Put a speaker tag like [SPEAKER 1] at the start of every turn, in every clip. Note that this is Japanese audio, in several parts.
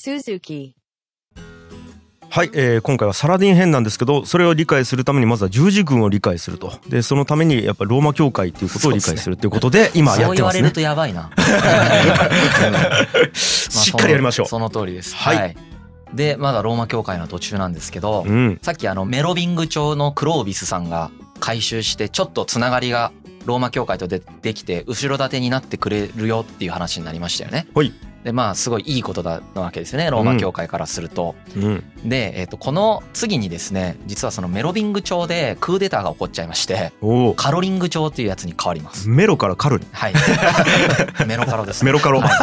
[SPEAKER 1] Suzuki.
[SPEAKER 2] はい、えー今回はサラディン編なんですけどそれを理解するためにまずは十字軍を理解するとでそのためにやっぱローマ教会っていうことを理解するということで今や
[SPEAKER 3] そ
[SPEAKER 2] っ
[SPEAKER 3] う
[SPEAKER 2] て
[SPEAKER 3] 言
[SPEAKER 2] ま
[SPEAKER 3] わ
[SPEAKER 2] す
[SPEAKER 3] れる
[SPEAKER 2] ね
[SPEAKER 3] とやばいな。まあ
[SPEAKER 2] しっかりやりましょう
[SPEAKER 3] そのその通りです。
[SPEAKER 2] はい
[SPEAKER 3] で、まだローマ教会の途中なんですけど、
[SPEAKER 2] うん
[SPEAKER 3] さっきあのメロビング朝のクロービスさんが回収して、ちょっとつながりがローマ教会とでできて、後ろ盾になってくれるよっていう話になりましたよね。
[SPEAKER 2] はい
[SPEAKER 3] で、まあ、すごいいいことだなわけですよね、ローマ教会からすると。
[SPEAKER 2] うん
[SPEAKER 3] で、えっ、と、この次にですね、実はそのメロビング朝でクーデターが起こっちゃいまして、
[SPEAKER 2] おお
[SPEAKER 3] カロリング朝っていうやつに変わります。
[SPEAKER 2] メロからカロリ
[SPEAKER 3] はい。メロカロです。
[SPEAKER 2] メロカロ
[SPEAKER 3] はい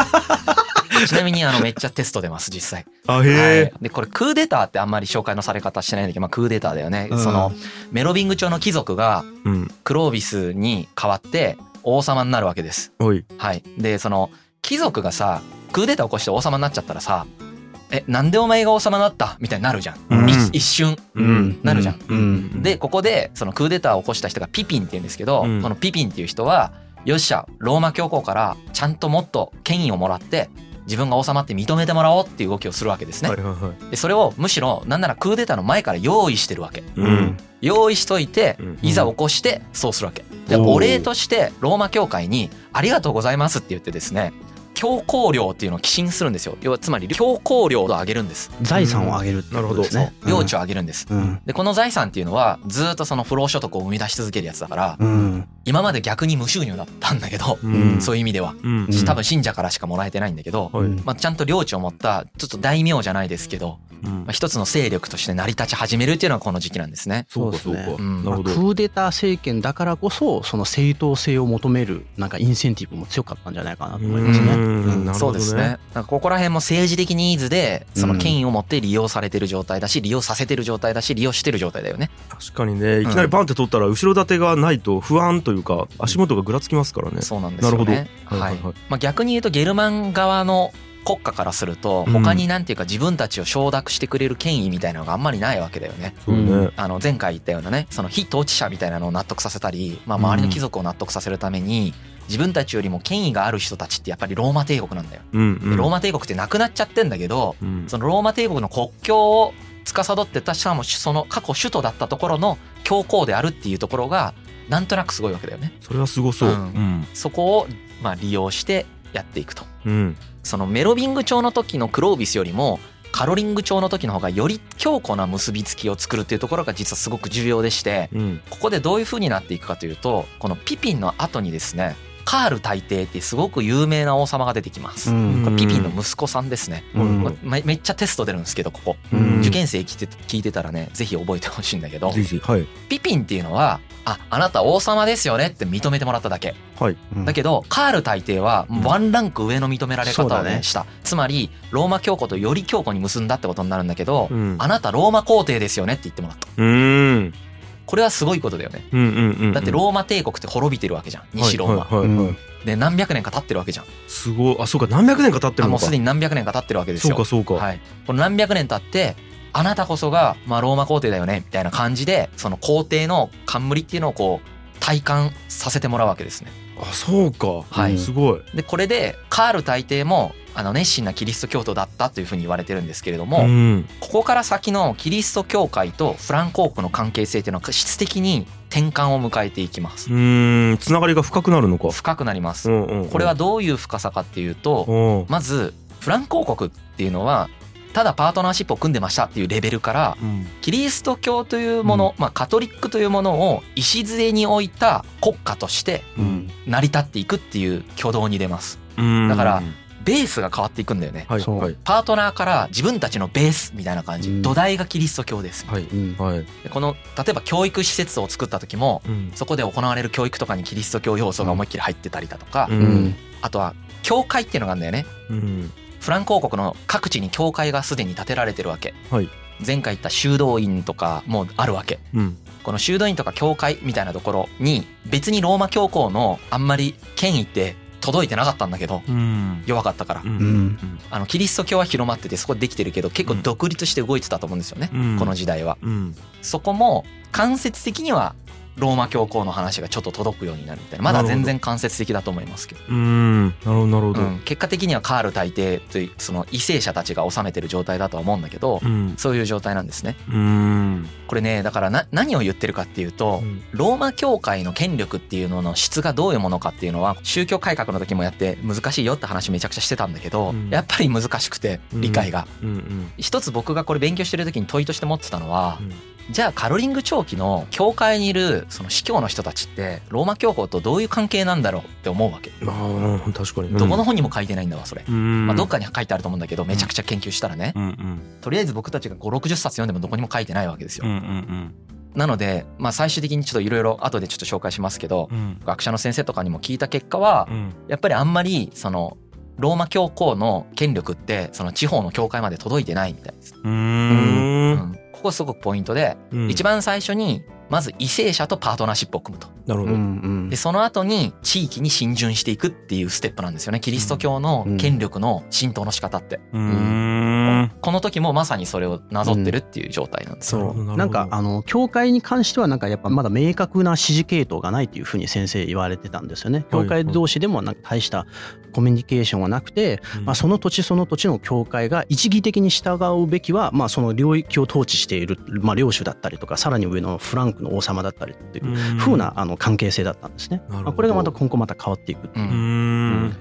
[SPEAKER 3] ちなみにあのめっちゃテスト出ます実際。
[SPEAKER 2] あへ
[SPEAKER 3] は
[SPEAKER 2] え
[SPEAKER 3] い、でこれクーデターってあんまり紹介のされ方してないんだけど、まあ、クーデターだよね、
[SPEAKER 2] うん
[SPEAKER 3] そのメロビング朝の貴族が
[SPEAKER 2] うん
[SPEAKER 3] クロービスに代わって王様になるわけです。
[SPEAKER 2] おい
[SPEAKER 3] はい、でその貴族がさクーデター起こして王様になっちゃったらさ「えなんでお前が王様になった?」みたいになるじゃん、
[SPEAKER 2] うん
[SPEAKER 3] い一瞬。
[SPEAKER 2] うん
[SPEAKER 3] なるじゃん
[SPEAKER 2] う
[SPEAKER 4] うん。
[SPEAKER 2] ん
[SPEAKER 3] でここでそのクーデターを起こした人がピピンって言うんですけど、
[SPEAKER 2] うん
[SPEAKER 3] このピピンっていう人はよっしゃローマ教皇からちゃんともっと権威をもらって自分が王様って認めてもらおうっていう動きをするわけですね。
[SPEAKER 2] はいはいはい
[SPEAKER 3] でそれをむしろなんならクーデターの前から用意してるわけ。
[SPEAKER 2] うん
[SPEAKER 3] 用意しといて
[SPEAKER 2] うん
[SPEAKER 3] いざ起こしてそうするわけ。で
[SPEAKER 2] おー
[SPEAKER 3] お礼としてローマ教会に「ありがとうございます」って言ってですね教皇領っていうのを寄進するんですよ。要はつまり教皇領をあげるんです。
[SPEAKER 4] 財産をあげるって
[SPEAKER 2] なるほ
[SPEAKER 4] こと
[SPEAKER 2] ど
[SPEAKER 4] ですね。
[SPEAKER 3] 領地をあげるんです。
[SPEAKER 4] うん。
[SPEAKER 3] でこの財産っていうのはずっとその不労所得を生み出し続けるやつだから
[SPEAKER 4] うん。
[SPEAKER 3] 今まで逆に無収入だったんだけど、
[SPEAKER 2] うん
[SPEAKER 3] そういう意味では
[SPEAKER 2] うん
[SPEAKER 4] うん
[SPEAKER 3] 多分信者からしかもらえてないんだけど、
[SPEAKER 2] はい
[SPEAKER 4] うん
[SPEAKER 3] まあ、ちゃんと領地を持ったちょっと大名じゃないですけど、
[SPEAKER 2] うん
[SPEAKER 3] まあ、一つの勢力として成り立ち始めるっていうのはこの時期なんですね。
[SPEAKER 2] そうかそうか
[SPEAKER 4] そう
[SPEAKER 3] ね
[SPEAKER 4] です
[SPEAKER 3] うん
[SPEAKER 2] なる
[SPEAKER 4] まあ
[SPEAKER 2] ほ
[SPEAKER 4] ク
[SPEAKER 2] ど
[SPEAKER 4] ーデター政権だからこそその正当性を求めるなんかインセンティブも強かったんじゃないかなと思いますね。
[SPEAKER 2] うん
[SPEAKER 4] うん
[SPEAKER 2] なるほど
[SPEAKER 3] そうですねなんかここら辺も政治的ニーズでその権威を持って利用されてる状態だし利用させてる状態だし利用してる状態だよね。
[SPEAKER 2] 確かにねいきなりバンって取ったら後ろ盾がないと不安というか足元がぐらつきますからね
[SPEAKER 3] そうなんですよね。
[SPEAKER 2] なるほどは
[SPEAKER 3] はいい
[SPEAKER 2] はいはい
[SPEAKER 3] まあ、逆に言うとゲルマン側の国家からすると
[SPEAKER 2] うん
[SPEAKER 3] 他になんていうか自分たちを承諾してくれる権威みたいなのがあんまりないわけだよね。
[SPEAKER 2] そうね
[SPEAKER 3] あの前回言ったようなねその非統治者みたいなのを納得させたり、まあ、周りの貴族を納得させるために自分たちよりも権威がある人たちってやっぱりローマ帝国なんだよ。
[SPEAKER 2] うん
[SPEAKER 3] で
[SPEAKER 2] うん
[SPEAKER 3] ローマ帝国ってなくなっちゃってんだけど
[SPEAKER 2] うん
[SPEAKER 3] そのローマ帝国の国境を司ってたしかもその過去首都だったところの教皇であるっていうところがなんとなくすごいわけだよね。
[SPEAKER 2] それはすごそう
[SPEAKER 3] う
[SPEAKER 2] うん
[SPEAKER 3] そこをまあ利用してやっていくと。
[SPEAKER 2] うん
[SPEAKER 3] そのメロビング朝の時のクロービスよりもカロリング朝の時の方がより強固な結びつきを作るっていうところが実はすごく重要でして
[SPEAKER 2] うん
[SPEAKER 3] ここでどういう風になっていくかというとこのピピンの後にですねカール大帝ってすごく有名な王様が出てきます。
[SPEAKER 4] うん
[SPEAKER 3] これピピンの息子さんですね、
[SPEAKER 4] うん
[SPEAKER 3] これめめっちゃテスト出るんですけどここ、
[SPEAKER 4] うん
[SPEAKER 3] 受験生聞いて聞いてたらねぜひ覚えてほしいんだけど
[SPEAKER 2] ぜひはい
[SPEAKER 3] ピピンっていうのはああなた王様ですよねって認めてもらっただけ
[SPEAKER 2] はい
[SPEAKER 4] うん
[SPEAKER 3] だけどカール大帝はワンランク上の認められ方
[SPEAKER 4] そう
[SPEAKER 3] を
[SPEAKER 4] だ
[SPEAKER 3] ね
[SPEAKER 4] ね
[SPEAKER 3] したつまりローマ教皇とより強固に結んだってことになるんだけど、
[SPEAKER 2] うん
[SPEAKER 3] あなたローマ皇帝ですよねって言ってもらった
[SPEAKER 2] うん
[SPEAKER 3] これはすごいことだよね
[SPEAKER 2] うんうんうん
[SPEAKER 3] だってローマ帝国って滅びてるわけじゃん西ローマ、
[SPEAKER 2] はいはいはいはい
[SPEAKER 3] で何百年か経ってるわけじゃん
[SPEAKER 2] すごいあそうか何百年か経って
[SPEAKER 3] あ
[SPEAKER 2] る
[SPEAKER 3] も
[SPEAKER 2] の
[SPEAKER 3] う
[SPEAKER 2] か
[SPEAKER 3] すでに何百年か経ってるわけです
[SPEAKER 2] そう
[SPEAKER 3] よ
[SPEAKER 2] かそうか
[SPEAKER 3] はい、この何百年経ってあなたこそが、まあ、ローマ皇帝だよねみたいな感じでその皇帝の冠っていうのをこう体感させてもらうわけですね。
[SPEAKER 2] あそうか
[SPEAKER 3] はい
[SPEAKER 2] すごい
[SPEAKER 3] でこれでカール大帝もあの熱心なキリスト教徒だったというふうに言われてるんですけれど
[SPEAKER 2] う
[SPEAKER 3] も、
[SPEAKER 2] ん
[SPEAKER 3] ここから先のキリスト教会とフランコークの関係性っていうのは質的に転換を迎えていきます。
[SPEAKER 2] うんつながりが深くなるのか
[SPEAKER 3] 深くなります。
[SPEAKER 2] うんうんうん
[SPEAKER 3] これはどういう深さかっていうと、
[SPEAKER 2] うん
[SPEAKER 3] まずフランコ王国っていうのはただパートナーシップを組んでましたっていうレベルから
[SPEAKER 2] うん
[SPEAKER 3] キリスト教というもの、まあ、カトリックというものを礎に置いた国家として
[SPEAKER 4] うん
[SPEAKER 3] 成り立っていくっていう挙動に出ます
[SPEAKER 2] うん
[SPEAKER 3] だから
[SPEAKER 2] うん
[SPEAKER 3] ベースが変わっていくんだよね
[SPEAKER 2] はい
[SPEAKER 4] そう
[SPEAKER 2] はい
[SPEAKER 3] パートナーから自分たちのベースみたいな感じ、
[SPEAKER 4] うん
[SPEAKER 3] 土台がキリスト教です
[SPEAKER 2] はい
[SPEAKER 4] うん
[SPEAKER 2] はい
[SPEAKER 3] でこの例えば教育施設を作った時も
[SPEAKER 2] うん
[SPEAKER 3] そこで行われる教育とかにキリスト教要素が思いっきり入ってたりだとか、
[SPEAKER 2] う
[SPEAKER 4] うんん
[SPEAKER 3] あとは教会っていうのがあるんだよね
[SPEAKER 2] うん
[SPEAKER 3] フラン公国の各地に教会がすでに建てられてるわけ、
[SPEAKER 2] はい
[SPEAKER 3] 前回言った修道院とかもあるわけ
[SPEAKER 2] うん
[SPEAKER 3] この修道院とか教会みたいなところに別にローマ教皇のあんまり権威って届いてなかったんだけど
[SPEAKER 2] うん
[SPEAKER 3] 弱かったから、
[SPEAKER 2] うん
[SPEAKER 4] うん
[SPEAKER 3] あのキリスト教は広まっててそこできてるけど結構独立して動いてたと思うんですよね、
[SPEAKER 2] うん
[SPEAKER 3] この時代は
[SPEAKER 2] うん
[SPEAKER 3] そこも間接的にはローマ教皇の話がちょっと届くようになるみたいなまだ全然間接的だと思いますけど
[SPEAKER 2] うんなるほどなるほど、
[SPEAKER 3] うん、結果的にはカール大帝というその為政者たちが治めてる状態だとは思うんだけど、
[SPEAKER 2] うん
[SPEAKER 3] そういう状態なんですね
[SPEAKER 2] うん
[SPEAKER 3] これねだからな何を言ってるかっていうと、ローマ教会の権力っていうのの質がどういうものかっていうのは宗教改革の時もやって難しいよって話めちゃくちゃしてたんだけど、
[SPEAKER 2] うん
[SPEAKER 3] やっぱり難しくて理解が、
[SPEAKER 2] うんうん
[SPEAKER 3] 一つ僕がこれ勉強してる時に問いとして持ってたのは
[SPEAKER 2] う、ん
[SPEAKER 3] じゃあカロリング長期の教会にいるその司教の人たちってローマ教皇とどういう関係なんだろうって思うわけ、
[SPEAKER 2] ああ確かに
[SPEAKER 3] どこの本にも書いてないんだわそれ、
[SPEAKER 2] うん
[SPEAKER 3] まあ、どっかに書いてあると思うんだけどめちゃくちゃ研究したらね
[SPEAKER 2] うんうん
[SPEAKER 3] とりあえず僕たちが560冊読んでもどこにも書いてないわけです
[SPEAKER 2] う
[SPEAKER 3] よ。
[SPEAKER 2] んうん
[SPEAKER 3] なので、まあ、最終的にちょっといろいろ後でちょっと紹介しますけど
[SPEAKER 2] うんうん
[SPEAKER 3] 学者の先生とかにも聞いた結果は
[SPEAKER 2] うん
[SPEAKER 3] やっぱりあんまりそのローマ教皇の権力ってその地方の教会まで届いてないみたいです。
[SPEAKER 2] う
[SPEAKER 3] う
[SPEAKER 2] ーん
[SPEAKER 3] んここすごくポイントで
[SPEAKER 2] うん
[SPEAKER 3] 一番最初にまず為政者とパートナーシップを組むと。
[SPEAKER 2] なるほ
[SPEAKER 4] う
[SPEAKER 2] ど
[SPEAKER 4] んうん
[SPEAKER 3] でその後に地域に浸潤していくっていうステップなんですよねキリスト教の権力の浸透の仕方って。
[SPEAKER 2] うーん
[SPEAKER 3] この時もまさにそれをなぞってるっていう状態なんです
[SPEAKER 2] な
[SPEAKER 3] よ。
[SPEAKER 4] そう
[SPEAKER 2] るほど
[SPEAKER 4] なんかあの教会に関してはなんかやっぱまだ明確な指示系統がないっていうふうに先生言われてたんですよね。
[SPEAKER 2] はい
[SPEAKER 4] 教会同士でもなんか大したコミュニケーションがなくて、
[SPEAKER 2] うん
[SPEAKER 4] まあ、その土地その土地の教会が一義的に従うべきは、まあ、その領域を統治している、まあ、領主だったりとかさらに上のフランクの王様だったりっていう
[SPEAKER 2] うん
[SPEAKER 4] 風なあの関係性だったんですね。
[SPEAKER 2] なるほど
[SPEAKER 4] まあ、これがまた今後また変わっていくっていう
[SPEAKER 2] うん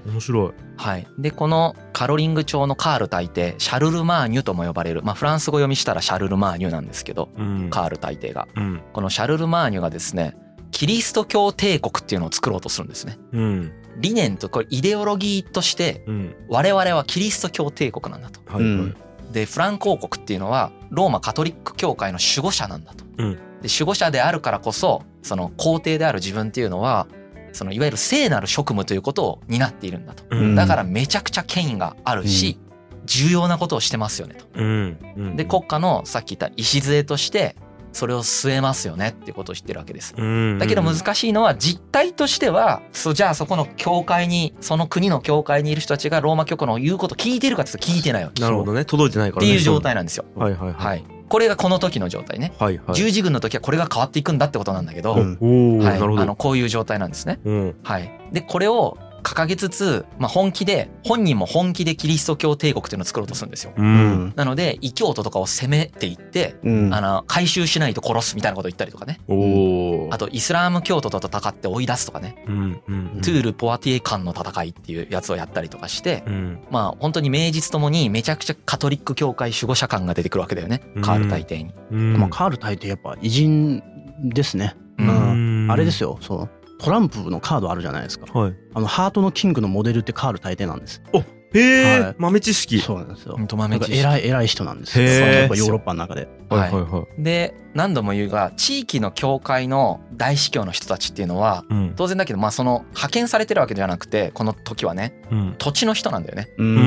[SPEAKER 2] ーん面白い
[SPEAKER 3] はい、でこのカロリング朝のカール大帝シャルル・マーニュとも呼ばれる、まあ、フランス語読みしたらシャルル・マーニュなんですけど
[SPEAKER 2] うん
[SPEAKER 3] カール大帝が
[SPEAKER 2] うん
[SPEAKER 3] このシャルル・マーニュがですねキリスト教帝国っていうのを作ろうとするんですね
[SPEAKER 2] うん
[SPEAKER 3] 理念とこれイデオロギーとして
[SPEAKER 2] うん
[SPEAKER 3] 我々はキリスト教帝国なんだと
[SPEAKER 2] はいはい
[SPEAKER 3] でフランク王国っていうのはローマカトリック教会の守護者なんだと、
[SPEAKER 2] うん
[SPEAKER 3] で守護者であるからこそその皇帝である自分っていうのはそのいわゆる聖なる職務ということを担っているんだと
[SPEAKER 2] うん
[SPEAKER 3] だからめちゃくちゃ権威があるし、重要なことをしてますよねと。
[SPEAKER 2] うんうん
[SPEAKER 3] で国家のさっき言った礎としてそれを据えますよねっていうことを知ってるわけです。
[SPEAKER 2] うん
[SPEAKER 3] だけど難しいのは実態としてはそうじゃあそこの教会にその国の教会にいる人たちがローマ教皇の言うこと聞いてるかっていうと聞いてないわけ
[SPEAKER 2] なるほどね届いてないか
[SPEAKER 3] っ
[SPEAKER 2] ら
[SPEAKER 3] て
[SPEAKER 2] ね
[SPEAKER 3] いう状態なんですよ。
[SPEAKER 2] はいはいはい
[SPEAKER 3] はい、これがこの時の状態ね、
[SPEAKER 2] はいはい
[SPEAKER 3] 十字軍の時はこれが変わっていくんだってことなんだけど、
[SPEAKER 4] うん
[SPEAKER 2] おお
[SPEAKER 3] は、
[SPEAKER 2] ないるほ
[SPEAKER 3] あの
[SPEAKER 2] ど
[SPEAKER 3] こういう状態なんですね。
[SPEAKER 2] うん
[SPEAKER 3] はい、でこれを掲げつつ、まあ、本気で本人も本気でキリスト教帝国っていうのを作ろうとするんですよ。
[SPEAKER 2] う
[SPEAKER 4] うんん
[SPEAKER 3] なので異教徒とかを攻めていって、
[SPEAKER 4] うん
[SPEAKER 3] あの回収しないと殺すみたいなことを言ったりとかね
[SPEAKER 2] おお
[SPEAKER 3] あとイスラーム教徒と戦って追い出すとかね、
[SPEAKER 2] うんうん
[SPEAKER 3] トゥール・ポアティエ間の戦いっていうやつをやったりとかして、
[SPEAKER 2] うん
[SPEAKER 3] まあ本当に名実ともにめちゃくちゃカトリック教会守護者感が出てくるわけだよね
[SPEAKER 2] うん
[SPEAKER 3] カール大帝に。
[SPEAKER 2] うん
[SPEAKER 4] まあ、カール大帝やっぱ偉人ですね。
[SPEAKER 3] うん
[SPEAKER 4] うんあれですすよそのトランプのカードあるじゃないですか。
[SPEAKER 2] はい
[SPEAKER 4] あのハートのキングのモデルってカール大帝なんです。
[SPEAKER 2] へ
[SPEAKER 4] は
[SPEAKER 2] え
[SPEAKER 4] い
[SPEAKER 2] 豆知識
[SPEAKER 4] そうなんですよ。
[SPEAKER 3] うんとま
[SPEAKER 4] な
[SPEAKER 3] め
[SPEAKER 4] んか
[SPEAKER 3] 知識
[SPEAKER 4] 偉い偉い人なんですよ。
[SPEAKER 2] へー
[SPEAKER 4] やっぱヨーロッパの中で。
[SPEAKER 2] はいはいはい
[SPEAKER 3] で何度も言うが地域の教会の大司教の人たちっていうのは
[SPEAKER 2] うん
[SPEAKER 3] 当然だけどまあその派遣されてるわけじゃなくてこの時はね
[SPEAKER 2] うん
[SPEAKER 3] 土地の人なんだよね。
[SPEAKER 4] うん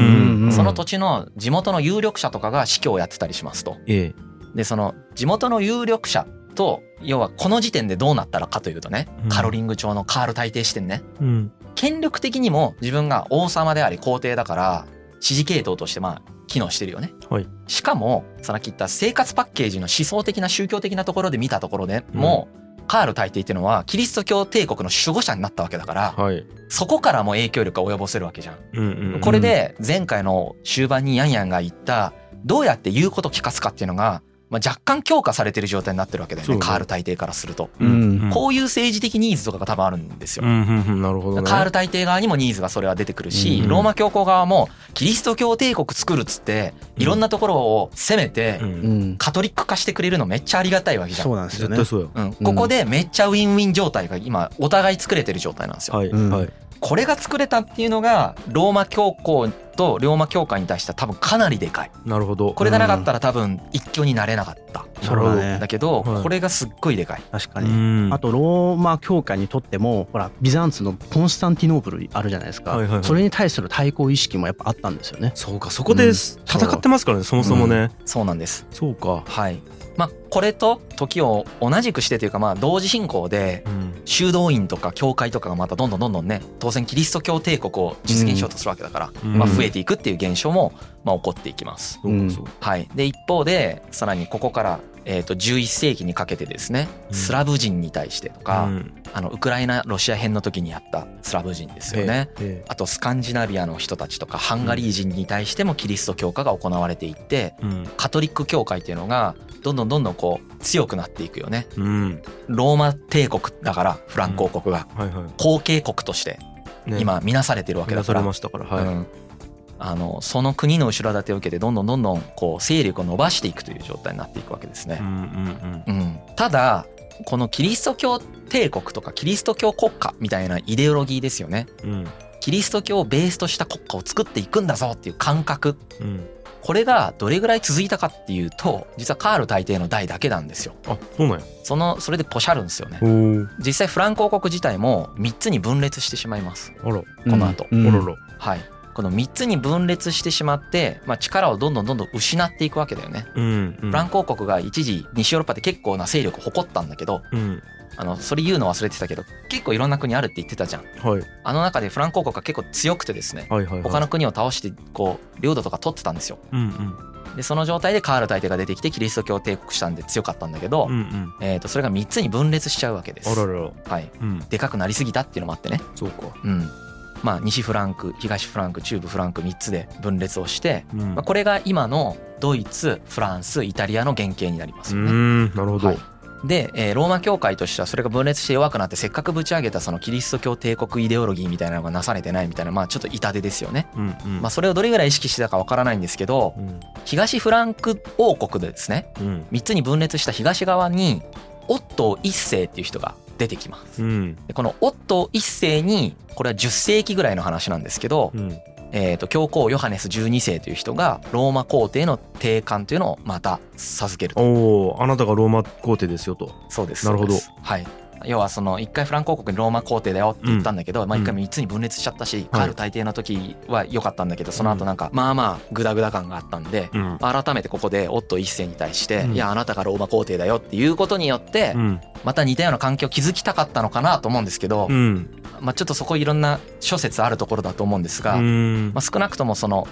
[SPEAKER 2] うん
[SPEAKER 3] その土地の地元の有力者とかが司教をやってたりしますと。
[SPEAKER 2] ええ
[SPEAKER 3] でその地元の有力者と要はこの時点でどうなったらかというとね、
[SPEAKER 2] うん
[SPEAKER 3] カロリング朝のカール大帝視点ね
[SPEAKER 2] うん
[SPEAKER 3] 権力的にも自分が王様であり皇帝だから支持系統としてまあ機能してるよね、
[SPEAKER 2] はい
[SPEAKER 3] しかもさっき言った生活パッケージの思想的な宗教的なところで見たところでも、カール大帝っていうのはキリスト教帝国の守護者になったわけだから
[SPEAKER 2] はい
[SPEAKER 3] そこからも影響力が及ぼせるわけじゃん。
[SPEAKER 2] うんうんうん
[SPEAKER 3] これで前回の終盤にヤンヤンが言ったどうやって言うこと聞かすかっていうのが、まあ、若干強化されてる状態になってるわけだよ
[SPEAKER 2] そう
[SPEAKER 3] ね
[SPEAKER 2] ね
[SPEAKER 3] カール大帝からすると、
[SPEAKER 2] うん
[SPEAKER 4] うん
[SPEAKER 3] こういう政治的ニーズとかが多分あるんですよ。
[SPEAKER 2] うんうんうんなるほどね
[SPEAKER 3] カール大帝側にもニーズがそれは出てくるし、
[SPEAKER 2] うん
[SPEAKER 3] ローマ教皇側もキリスト教帝国作るっつっていろんなところを攻めて
[SPEAKER 2] う
[SPEAKER 4] うんん
[SPEAKER 3] カトリック化してくれるのめっちゃありがたいわけじゃん。
[SPEAKER 4] そうなんですよ
[SPEAKER 2] 絶
[SPEAKER 4] ね
[SPEAKER 2] 対。そうよ
[SPEAKER 3] うん、ここでめっちゃウィンウィン状態が今お互い作れてる状態なんですよ。
[SPEAKER 2] はい
[SPEAKER 4] うん
[SPEAKER 2] はい
[SPEAKER 3] これが作れたっていうのがローマ教皇とローマ教会に対しては多分かなりでかい
[SPEAKER 2] なるほど
[SPEAKER 3] これがなかったら多分一強になれなかった、
[SPEAKER 4] そうだね
[SPEAKER 3] だけど
[SPEAKER 2] はい
[SPEAKER 3] これがすっごいでかい、
[SPEAKER 4] 確か
[SPEAKER 2] う
[SPEAKER 4] に。
[SPEAKER 2] ん
[SPEAKER 4] あとローマ教会にとってもほらビザンツのコンスタンティノープルあるじゃないですか、
[SPEAKER 2] はいはいはい
[SPEAKER 4] それに対する対抗意識もやっぱあったんですよね。
[SPEAKER 2] そうかそこで
[SPEAKER 4] うん
[SPEAKER 2] 戦ってますからねそもそもね
[SPEAKER 3] そうなんです
[SPEAKER 2] そうか
[SPEAKER 3] はいまあ、これと時を同じくしてというか、まあ、同時進行で
[SPEAKER 2] うん
[SPEAKER 3] 修道院とか教会とかがまたどんどんどんどんね当然キリスト教帝国を実現しようとするわけだから、
[SPEAKER 2] うん
[SPEAKER 3] まあ、増えていくっていう現象も、まあ、起こっていきます。
[SPEAKER 2] そうかそうか
[SPEAKER 3] はい、で一方でさらにここから、えー、と11世紀にかけてですね
[SPEAKER 2] うん
[SPEAKER 3] スラブ人に対してとか、
[SPEAKER 2] うん
[SPEAKER 3] あのウクライナロシア編の時にやったスラブ人ですよね。
[SPEAKER 2] え
[SPEAKER 3] あとスカンジナビアの人たちとかハンガリー人に対してもキリスト教化が行われていって
[SPEAKER 2] えうん
[SPEAKER 3] カトリック教会っていうのがどんどんどんどんこう強くなっていくよね。
[SPEAKER 2] うん
[SPEAKER 3] ローマ帝国だからフランク王国が
[SPEAKER 2] はいは
[SPEAKER 3] 後継国として
[SPEAKER 2] いね
[SPEAKER 3] 今見なされてるわけ
[SPEAKER 2] 減ら
[SPEAKER 3] だか
[SPEAKER 2] さ
[SPEAKER 3] ら
[SPEAKER 2] れましたから
[SPEAKER 3] う
[SPEAKER 2] は
[SPEAKER 3] んあのその国の後ろ盾を受けてどんどんどんどんこう勢力を伸ばしていくという状態になっていくわけです
[SPEAKER 2] い、う
[SPEAKER 3] ね。
[SPEAKER 2] んうん
[SPEAKER 3] うん、ただこのキリスト教帝国とかキリスト教国家みたいなイデオロギーですよね
[SPEAKER 2] うんうん
[SPEAKER 3] キリスト教をベースとした国家を作っていくんだぞっていう感覚
[SPEAKER 2] うん
[SPEAKER 3] これがどれぐらい続いたかっていうと実はカール大帝の代だけなんですよ
[SPEAKER 2] あそうなんや
[SPEAKER 3] そのそれでポシャるんですよね
[SPEAKER 2] おー
[SPEAKER 3] 実際フランク王国自体も3つに分裂してしまいます
[SPEAKER 2] あら
[SPEAKER 3] この後
[SPEAKER 4] うん
[SPEAKER 2] あらら
[SPEAKER 3] はいこの3つに分裂してしまって、まあ、力をどんどんどんどん失っていくわけだよね
[SPEAKER 2] うんうん
[SPEAKER 3] フランク王国が一時西ヨーロッパで結構な勢力を誇ったんだけど
[SPEAKER 2] うん
[SPEAKER 3] あのそれ言うの忘れてたけど結構いろんな国あるって言ってたじゃん
[SPEAKER 2] はい
[SPEAKER 3] あの中でフランク王国が結構強くてですね
[SPEAKER 2] はいはいはい
[SPEAKER 3] 他の国を倒してこう領土とか取ってたんですよ
[SPEAKER 2] うんうん
[SPEAKER 3] でその状態でカール大帝が出てきてキリスト教帝国したんで強かったんだけど、
[SPEAKER 2] うんうん
[SPEAKER 3] えー、とそれが3つに分裂しちゃうわけです
[SPEAKER 2] あらら
[SPEAKER 3] はい、
[SPEAKER 2] うん
[SPEAKER 3] でかくなりすぎたっていうのもあってね
[SPEAKER 2] そうか
[SPEAKER 3] うんまあ西フランク東フランク中部フランク3つで分裂をして、
[SPEAKER 2] うん
[SPEAKER 3] まあ、これが今のドイツフランスイタリアの原型になりま
[SPEAKER 2] う
[SPEAKER 3] す
[SPEAKER 2] ー
[SPEAKER 3] よね。
[SPEAKER 2] んなるほど、
[SPEAKER 3] はいで、えーローマ教会としてはそれが分裂して弱くなってせっかくぶち上げたそのキリスト教帝国イデオロギーみたいなのがなされてないみたいなまあちょっと痛手ですよね。
[SPEAKER 2] うんうん
[SPEAKER 3] まあ、それをどれぐらい意識してたかわからないんですけど
[SPEAKER 2] うん
[SPEAKER 3] 東フランク王国でですね
[SPEAKER 2] うん
[SPEAKER 3] 3つに分裂した東側にオットー一世っていう人が出てきます。
[SPEAKER 2] うん
[SPEAKER 3] でこのオットー一世にこれは10世紀ぐらいの話なんですけど、
[SPEAKER 2] うん
[SPEAKER 3] えー、と教皇ヨハネス12世という人がローマ皇帝の帝冠というのをまた授けると
[SPEAKER 2] おおあなたがローマ皇帝ですよと
[SPEAKER 3] そうです
[SPEAKER 2] なるほど
[SPEAKER 3] そうですはい、要はその一回フランク王国にローマ皇帝だよって言ったんだけど、まあ、一回3つに分裂しちゃったし、カール大帝の時は良かったんだけどその後なんかまあまあグダグダ感があったんで、
[SPEAKER 2] うん
[SPEAKER 3] 改めてここでオットー一世に対して、
[SPEAKER 2] うん
[SPEAKER 3] いやあなたがローマ皇帝だよっていうことによって、
[SPEAKER 2] うん
[SPEAKER 3] また似たような環境を築きたかったのかなと思うんですけど、
[SPEAKER 2] うん
[SPEAKER 3] まあ、ちょっとそこいろんな諸説あるところだと思うんですが、
[SPEAKER 2] うん
[SPEAKER 3] まあ、少なくともその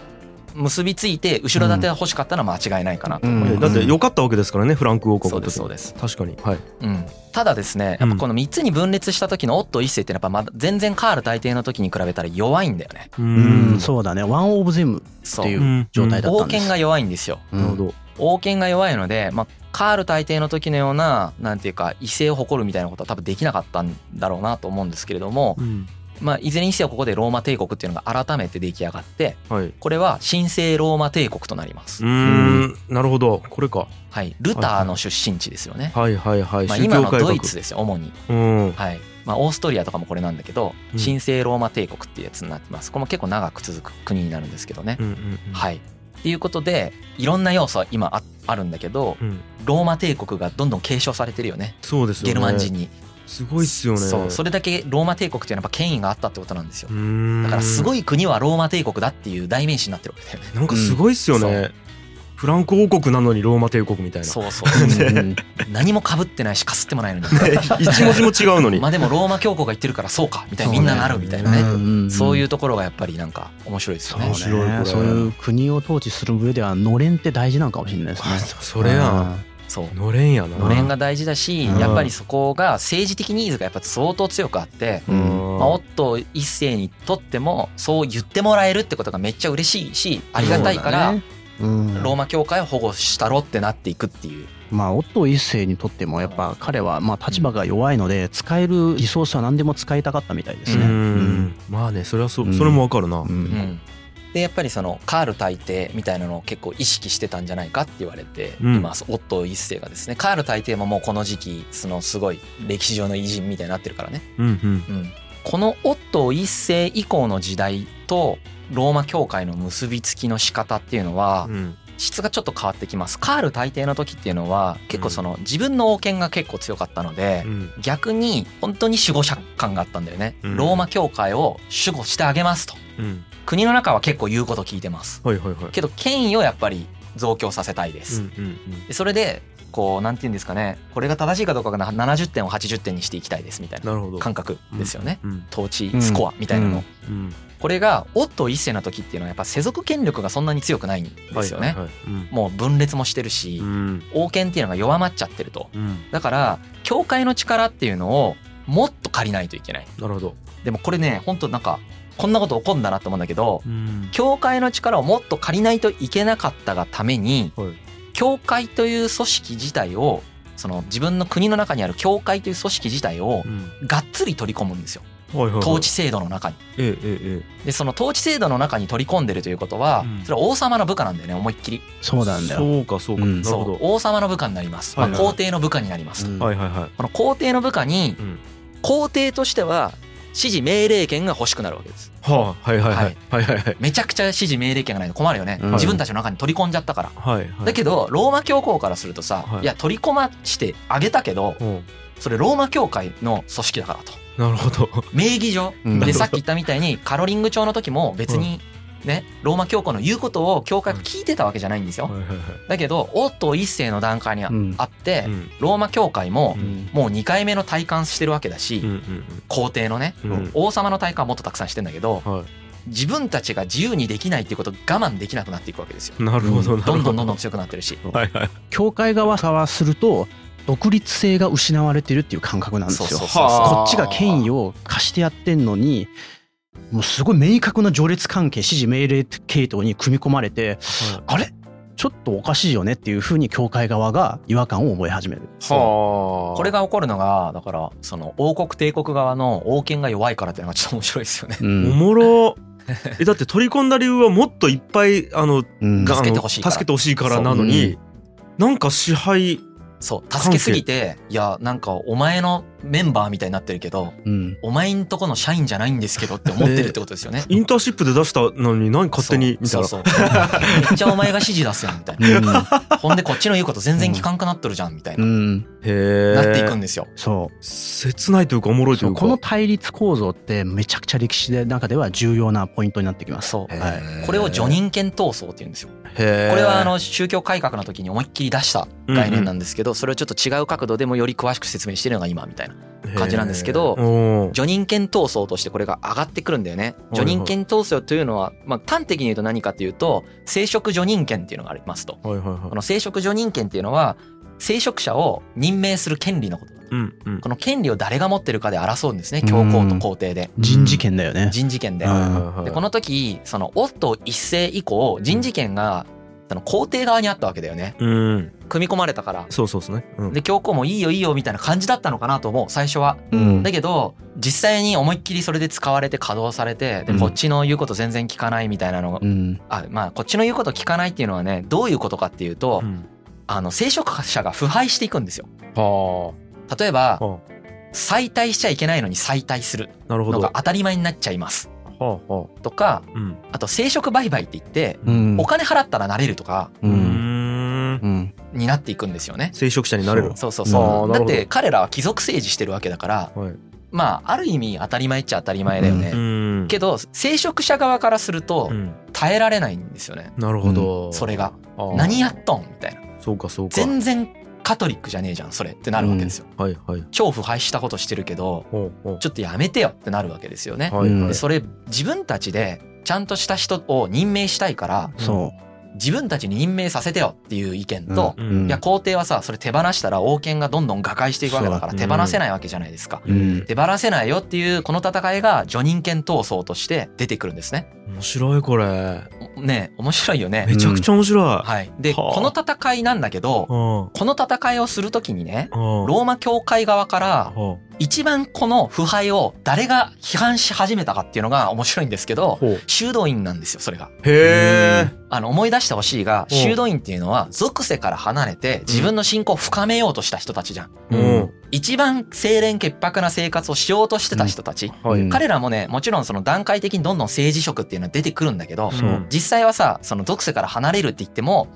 [SPEAKER 3] 結びついて後ろ盾が欲しかったのは間違いないかなと思い
[SPEAKER 2] ね
[SPEAKER 3] ます。
[SPEAKER 2] だって良かったわけですからねフランク王国
[SPEAKER 3] そ
[SPEAKER 2] の
[SPEAKER 3] うで
[SPEAKER 2] 時
[SPEAKER 3] すそうです、
[SPEAKER 2] 確かにはい
[SPEAKER 3] うん、ただですねやっぱこの3つに分裂した時のオットー一世ってやっぱまだ全然カール大帝の時に比べたら弱いんだよね
[SPEAKER 2] う
[SPEAKER 4] うん、そうだね。ワンオブゼム
[SPEAKER 3] そ
[SPEAKER 4] っていうう状態だった
[SPEAKER 3] 王
[SPEAKER 4] んです。
[SPEAKER 3] 権が弱いんですよ
[SPEAKER 2] なるほど
[SPEAKER 3] 王権が弱いので、まあ、カール大帝の時のようななんていうか威勢を誇るみたいなことは多分できなかったんだろうなと思うんですけれども、
[SPEAKER 2] うん
[SPEAKER 3] まあ、いずれにせよここでローマ帝国っていうのが改めて出来上がって
[SPEAKER 2] はい
[SPEAKER 3] これは神聖ローマ帝国となります
[SPEAKER 2] うー。んなるほどこれか
[SPEAKER 3] はい、ルターの出身地ですよね。
[SPEAKER 2] はいはいはい
[SPEAKER 3] まあ、
[SPEAKER 2] 宗
[SPEAKER 3] 今
[SPEAKER 2] 教
[SPEAKER 3] の
[SPEAKER 2] 改
[SPEAKER 3] ド
[SPEAKER 2] 革
[SPEAKER 3] イツですよ主に、
[SPEAKER 2] うん
[SPEAKER 3] はいまあ、オーストリアとかもこれなんだけど
[SPEAKER 2] うん
[SPEAKER 3] 神聖ローマ帝国っていうやつになってますこれも結構長く続く国になるんですけどね。
[SPEAKER 2] うんうんうん
[SPEAKER 3] はいっていうことでいろんな要素は今ああるんだけど
[SPEAKER 2] うん
[SPEAKER 3] ローマ帝国がどんどん継承されてるよね
[SPEAKER 2] そうですよね
[SPEAKER 3] ゲルマン人に。
[SPEAKER 2] すごいっすよね
[SPEAKER 3] そうそれだけローマ帝国っていうのはやっぱ権威があったってことなんですよ。だ
[SPEAKER 2] だ
[SPEAKER 3] からすごい国はローマ帝国だっていう代名詞になってるわけだよね。
[SPEAKER 2] なんかすごいっすよね、
[SPEAKER 3] うん
[SPEAKER 2] フランク王国なのにローマ帝国みたいな
[SPEAKER 3] そうそうそう
[SPEAKER 4] う ん
[SPEAKER 3] 何もかぶってないしかすってもないのに
[SPEAKER 2] 一文字も違うのに
[SPEAKER 3] まあでもローマ教皇が言ってるからそうかみたいな
[SPEAKER 4] そう
[SPEAKER 3] み
[SPEAKER 4] ね
[SPEAKER 3] んななるみたいな
[SPEAKER 4] う
[SPEAKER 3] ね
[SPEAKER 4] んんん
[SPEAKER 3] そういうところがやっぱりなんか面白いですよね
[SPEAKER 2] 面。白いこれ
[SPEAKER 4] そういう国を統治する上ではのれんって大事なのかもしれないです
[SPEAKER 2] あ
[SPEAKER 4] ね。
[SPEAKER 2] そそれや
[SPEAKER 3] そう。
[SPEAKER 2] んのれんやな
[SPEAKER 3] のれんが大事だし、
[SPEAKER 4] うん
[SPEAKER 3] やっぱりそこが政治的ニーズがやっぱ相当強くあって、
[SPEAKER 4] うん
[SPEAKER 3] まあ、オットー一世にとってもそう言ってもらえるってことがめっちゃ嬉しいし、ありがたいから、
[SPEAKER 4] うん、
[SPEAKER 3] ローマ教会を保護したろってなっていくっていう。
[SPEAKER 4] まあオットー一世にとってもやっぱ彼はまあ立場が弱いので使えるリソースは何でも使いたかったみたいですね。
[SPEAKER 2] う
[SPEAKER 4] うんん
[SPEAKER 2] まあねそれはそううんそれもわかるな、
[SPEAKER 4] うん
[SPEAKER 3] でやっぱりそのカール大帝みたいなのを結構意識してたんじゃないかって言われてい
[SPEAKER 2] うん
[SPEAKER 3] ます、オットー一世がですねカール大帝ももうこの時期そのすごい歴史上の偉人みたいになってるからね、
[SPEAKER 2] うんうん
[SPEAKER 3] うん、このオットー一世以降の時代とローマ教会の結びつきの仕方っていうのは
[SPEAKER 2] うん
[SPEAKER 3] 質がちょっと変わってきますカール大帝の時っていうのは結構その自分の王権が結構強かったので
[SPEAKER 2] うん
[SPEAKER 3] 逆に本当に守護者感があったんだよね
[SPEAKER 2] うん
[SPEAKER 3] ローマ教会を守護してあげますと
[SPEAKER 2] うん
[SPEAKER 3] 国の中は結構言うこと聞いてます
[SPEAKER 2] はいはいはい
[SPEAKER 3] けど権威をやっぱり増強させたいで
[SPEAKER 2] う
[SPEAKER 3] す、
[SPEAKER 2] んうん
[SPEAKER 3] でそれでこうなんて言うんですかねこれが正しいかどうかがな70点を80点にしていきたいですみたいな
[SPEAKER 2] なるほど
[SPEAKER 3] 感覚ですよね、
[SPEAKER 2] うん
[SPEAKER 3] 統治スコアみたいなの、
[SPEAKER 2] うん
[SPEAKER 3] これが「オット一世」の時っていうのはやっぱ世俗権力がそんなに強くないんですよね、
[SPEAKER 2] はいはいはいうん
[SPEAKER 3] もう分裂もしてるし、
[SPEAKER 2] うん
[SPEAKER 3] 王権っていうのが弱まっちゃってると
[SPEAKER 2] うん
[SPEAKER 3] だから教会の力っていうのをもっと借りないといけない
[SPEAKER 2] なるほど
[SPEAKER 3] でもこれね本当なんかこんなこと起こんだなと思うんだけど
[SPEAKER 2] うん
[SPEAKER 3] 教会の力をもっと借りないといけなかったがために
[SPEAKER 2] はい
[SPEAKER 3] 教会という組織自体をその自分の国の中にある教会という組織自体を
[SPEAKER 2] うん
[SPEAKER 3] がっつり取り込むんですよ
[SPEAKER 2] はいはいはい
[SPEAKER 3] 統治制度の中に。
[SPEAKER 2] ええええ
[SPEAKER 3] でその統治制度の中に取り込んでるということは
[SPEAKER 2] うん
[SPEAKER 3] それは王様の部下なんだよね思いっきり。
[SPEAKER 4] そうなんだよ。
[SPEAKER 2] そうかそうか
[SPEAKER 4] う
[SPEAKER 2] なんる
[SPEAKER 3] そ
[SPEAKER 2] ほど
[SPEAKER 3] う王様の部下になります、まあ、
[SPEAKER 2] はいはいはい
[SPEAKER 3] 皇帝の部下になりますと、
[SPEAKER 4] うん
[SPEAKER 2] はいはいはい
[SPEAKER 3] この皇帝の部下に
[SPEAKER 2] うん
[SPEAKER 3] 皇帝としては指示命令権が欲しくなるわけです
[SPEAKER 2] はあはいはいはいはいはいはい
[SPEAKER 3] めちゃくちゃ指示命令権がないと困るよね、
[SPEAKER 4] うん
[SPEAKER 3] 自分たちの中に取り込んじゃったから、
[SPEAKER 2] はいはい
[SPEAKER 3] だけどローマ教皇からするとさ、
[SPEAKER 2] はい
[SPEAKER 3] い、や取り込ましてあげたけど
[SPEAKER 2] おう
[SPEAKER 3] それローマ教会の組織だからと
[SPEAKER 2] なるほど
[SPEAKER 3] 名義上、
[SPEAKER 4] うん
[SPEAKER 3] でさっき言ったみたいにカロリング朝の時も別に、ね、ローマ教皇の言うことを教会が聞いてたわけじゃないんですよ、
[SPEAKER 2] はいはいはい
[SPEAKER 3] だけどオットー一世の段階にあ
[SPEAKER 4] うん
[SPEAKER 3] あって、
[SPEAKER 2] うん
[SPEAKER 3] ローマ教会も
[SPEAKER 2] うん
[SPEAKER 3] もう2回目の体感してるわけだし、
[SPEAKER 2] うんうん
[SPEAKER 3] 皇帝のね、
[SPEAKER 2] うん
[SPEAKER 3] 王様の体感はもっとたくさんしてんだけど
[SPEAKER 2] うんは
[SPEAKER 3] 自分たちが自由にできないっていうことを我慢できなくなっていくわけですよ
[SPEAKER 2] いなるほど
[SPEAKER 4] う
[SPEAKER 2] なるほ
[SPEAKER 3] どんどんどんどん強くなってるし
[SPEAKER 2] はいはい
[SPEAKER 4] 教会側からすると独立性が失われてるっていう感覚なんですよ。
[SPEAKER 3] そうそう
[SPEAKER 2] そうそう
[SPEAKER 4] こっちが権威を貸してやってんのに。もうすごい明確な序列関係指示命令系統に組み込まれてあれちょっとおかしいよねっていうふうに教会側が違和感を覚え始める
[SPEAKER 2] は
[SPEAKER 3] これが起こるのがだからその王国帝国側の王権が弱いからっていうのがちょっと面白いですよね。
[SPEAKER 4] う
[SPEAKER 2] お
[SPEAKER 4] ん
[SPEAKER 2] もろ えだって取り込んだ理由はもっといっぱいあの
[SPEAKER 4] うん
[SPEAKER 2] が
[SPEAKER 3] 助けてほしい
[SPEAKER 2] あの
[SPEAKER 3] から
[SPEAKER 2] 助けてほしいからなのになんか支配
[SPEAKER 3] そう助けすぎていやなんかお前のメンバーみたいになってるけど
[SPEAKER 4] うん
[SPEAKER 3] お前んとこの社員じゃないんですけどって思ってるってことですよね。
[SPEAKER 2] インターンシップで出したのに何勝手にみたいな
[SPEAKER 3] そうそうそうめっちゃお前が指示出すやんみたいな。 ほんでこっちの言うこと全然聞かんくなっとるじゃんみたい
[SPEAKER 4] うんう
[SPEAKER 3] な。
[SPEAKER 4] ん
[SPEAKER 2] へえ
[SPEAKER 3] なっていくんですよ。
[SPEAKER 4] そう
[SPEAKER 2] 切ないというかおもろいと
[SPEAKER 4] そ
[SPEAKER 2] いううか
[SPEAKER 4] この対立構造ってめちゃくちゃ歴史の中では重要なポイントになってきます。
[SPEAKER 3] そう。
[SPEAKER 4] はい
[SPEAKER 3] これを叙任権闘争って言うんですよ。
[SPEAKER 2] へー
[SPEAKER 3] これはあの宗教改革の時に思いっきり出した概念なんですけど、それをちょっと違う角度でもより詳しく説明してるのが今みたいな。感じなんですけど
[SPEAKER 2] へーおー
[SPEAKER 3] 叙任権闘争としてこれが上がってくるんだよね。
[SPEAKER 2] はい
[SPEAKER 3] 叙任権闘争というのは、まあ端的に言うと何かというと、聖職叙任権っていうのがありますと。
[SPEAKER 2] はいはいはい
[SPEAKER 3] この聖職叙任権っていうのは、聖職者を任命する権利のこと。
[SPEAKER 2] うんうん
[SPEAKER 3] この権利を誰が持ってるかで争うんですね。教皇と皇帝で。
[SPEAKER 4] 人事権だよね。
[SPEAKER 3] 人事権で。
[SPEAKER 4] うん
[SPEAKER 3] でこの時そのオットー一世以降人事権がその皇帝側にあったわけだよね
[SPEAKER 2] うん
[SPEAKER 3] 組み込まれたから
[SPEAKER 2] そうそうですねうん
[SPEAKER 3] で教皇もいいよいいよみたいな感じだったのかなと思う最初は
[SPEAKER 4] うん
[SPEAKER 3] だけど実際に思いっきりそれで使われて稼働されて
[SPEAKER 4] う
[SPEAKER 3] で
[SPEAKER 4] ん
[SPEAKER 3] こっちの言うこと全然聞かないみたいなのが
[SPEAKER 4] うん
[SPEAKER 3] あまあこっちの言うこと聞かないっていうのはねどういうことかっていうと
[SPEAKER 2] うん
[SPEAKER 3] あの聖職者が腐敗していくんですよ
[SPEAKER 2] は
[SPEAKER 3] 例えば
[SPEAKER 2] あは
[SPEAKER 3] 再退しちゃいけないのに再退する
[SPEAKER 2] あなるほ
[SPEAKER 3] の
[SPEAKER 2] ど
[SPEAKER 3] が
[SPEAKER 2] は
[SPEAKER 3] 当たり前になっちゃいます
[SPEAKER 2] あは
[SPEAKER 3] とか
[SPEAKER 2] あうん
[SPEAKER 3] あと聖職売買って言って
[SPEAKER 4] うん
[SPEAKER 3] お金払ったらなれるとか
[SPEAKER 4] う
[SPEAKER 2] うんん
[SPEAKER 4] うん
[SPEAKER 3] になっていくんですよね。
[SPEAKER 2] 聖職者になれる
[SPEAKER 3] そうそう
[SPEAKER 2] あ
[SPEAKER 3] そ
[SPEAKER 2] ー
[SPEAKER 3] う。
[SPEAKER 2] な
[SPEAKER 3] だ
[SPEAKER 2] る
[SPEAKER 3] っ
[SPEAKER 2] ほど
[SPEAKER 3] て彼らは貴族政治してるわけだから、
[SPEAKER 2] はい
[SPEAKER 3] まあある意味当たり前っちゃ当たり前だよね。
[SPEAKER 2] うん
[SPEAKER 3] けど聖職者側からすると
[SPEAKER 2] うん
[SPEAKER 3] 耐えられないんですよね。
[SPEAKER 2] なるほど
[SPEAKER 3] それが
[SPEAKER 2] あー
[SPEAKER 3] 何やっとんみたいな。
[SPEAKER 2] そうかそうか
[SPEAKER 3] 全然カトリックじゃねえじゃんそれってなるわけですよ。
[SPEAKER 2] はいはい
[SPEAKER 3] 超腐敗したことしてるけど
[SPEAKER 2] ほうほう
[SPEAKER 3] ちょっとやめてよってなるわけですよね。
[SPEAKER 2] はいは
[SPEAKER 4] う
[SPEAKER 2] い
[SPEAKER 3] でそれ自分たちでちゃんとした人を任命したいから
[SPEAKER 4] そ
[SPEAKER 3] 自分たちに任命させてよっていう意見と、
[SPEAKER 2] う
[SPEAKER 4] う。
[SPEAKER 2] ん
[SPEAKER 3] いや皇帝はさそれ手放したら王権がどんどん瓦解していくわけだから
[SPEAKER 2] そう
[SPEAKER 3] 手放せないわけじゃないですか。
[SPEAKER 4] うん
[SPEAKER 3] 手放せないよっていうこの戦いが叙任権闘争として出てくるんですね。
[SPEAKER 2] 面白いこれ
[SPEAKER 3] ねえ面白いよね
[SPEAKER 2] め。ちゃくちゃ面白い
[SPEAKER 3] はい、で
[SPEAKER 2] はあ
[SPEAKER 3] この戦いなんだけど
[SPEAKER 2] うんうん
[SPEAKER 3] この戦いをする時にね
[SPEAKER 2] ロ
[SPEAKER 3] ローマ教会側から
[SPEAKER 2] ほ
[SPEAKER 3] 一番この腐敗を誰が批判し始めたかっていうのが面白いんですけど
[SPEAKER 2] う
[SPEAKER 3] 修道院なんですよそれが。
[SPEAKER 2] へえ
[SPEAKER 3] あの思い出してほしいが
[SPEAKER 2] うん
[SPEAKER 3] 修道院っていうのは属性から離れて自分の信仰を深めようとした人たちじゃん。
[SPEAKER 2] う
[SPEAKER 4] う
[SPEAKER 2] んん
[SPEAKER 3] 一番清廉潔白な生活をしようとしてた人たち、
[SPEAKER 2] はい
[SPEAKER 4] うん
[SPEAKER 3] 彼らもねもちろんその段階的にどんどん政治色っていうのは出てくるんだけど、
[SPEAKER 4] そう
[SPEAKER 2] うん
[SPEAKER 3] 実際はさその属性から離れるって言っても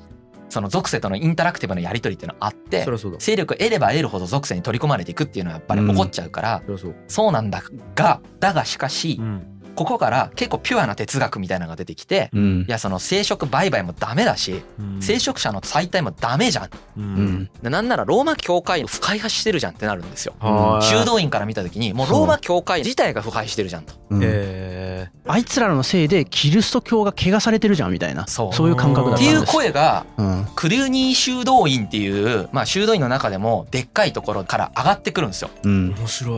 [SPEAKER 3] その属性とのインタラクティブなやり取りっていうのはあって
[SPEAKER 2] そりゃそうだ
[SPEAKER 3] 勢力得れば得るほど属性に取り込まれていくっていうのはやっぱり起こっちゃうから、
[SPEAKER 2] そりゃそう
[SPEAKER 3] そうなんだがだがしかし
[SPEAKER 2] うん
[SPEAKER 3] ここから結構ピュアな哲学みたいなのが出てきて、
[SPEAKER 4] うん
[SPEAKER 3] いやその生殖売買もダメだし、生殖者の再退もダメじゃん。
[SPEAKER 1] う
[SPEAKER 4] うんん
[SPEAKER 3] でなんならローマ教会を腐敗派してるじゃんってなるんですよ。
[SPEAKER 1] はい
[SPEAKER 3] 修道院から見た時にもうローマ教会自体が腐敗してるじゃんと。
[SPEAKER 4] うん
[SPEAKER 2] え
[SPEAKER 4] あいつらのせいでキリスト教が汚されてるじゃんみたいな
[SPEAKER 3] そう
[SPEAKER 4] そういう感覚だ
[SPEAKER 3] っ
[SPEAKER 4] ってたんで
[SPEAKER 3] い
[SPEAKER 4] す
[SPEAKER 3] う声が
[SPEAKER 4] うん
[SPEAKER 3] クルーニー修道院っていう、まあ、修道院の中でもでっかいところから上がってくるんですよ。
[SPEAKER 4] うん
[SPEAKER 2] ー、面白い。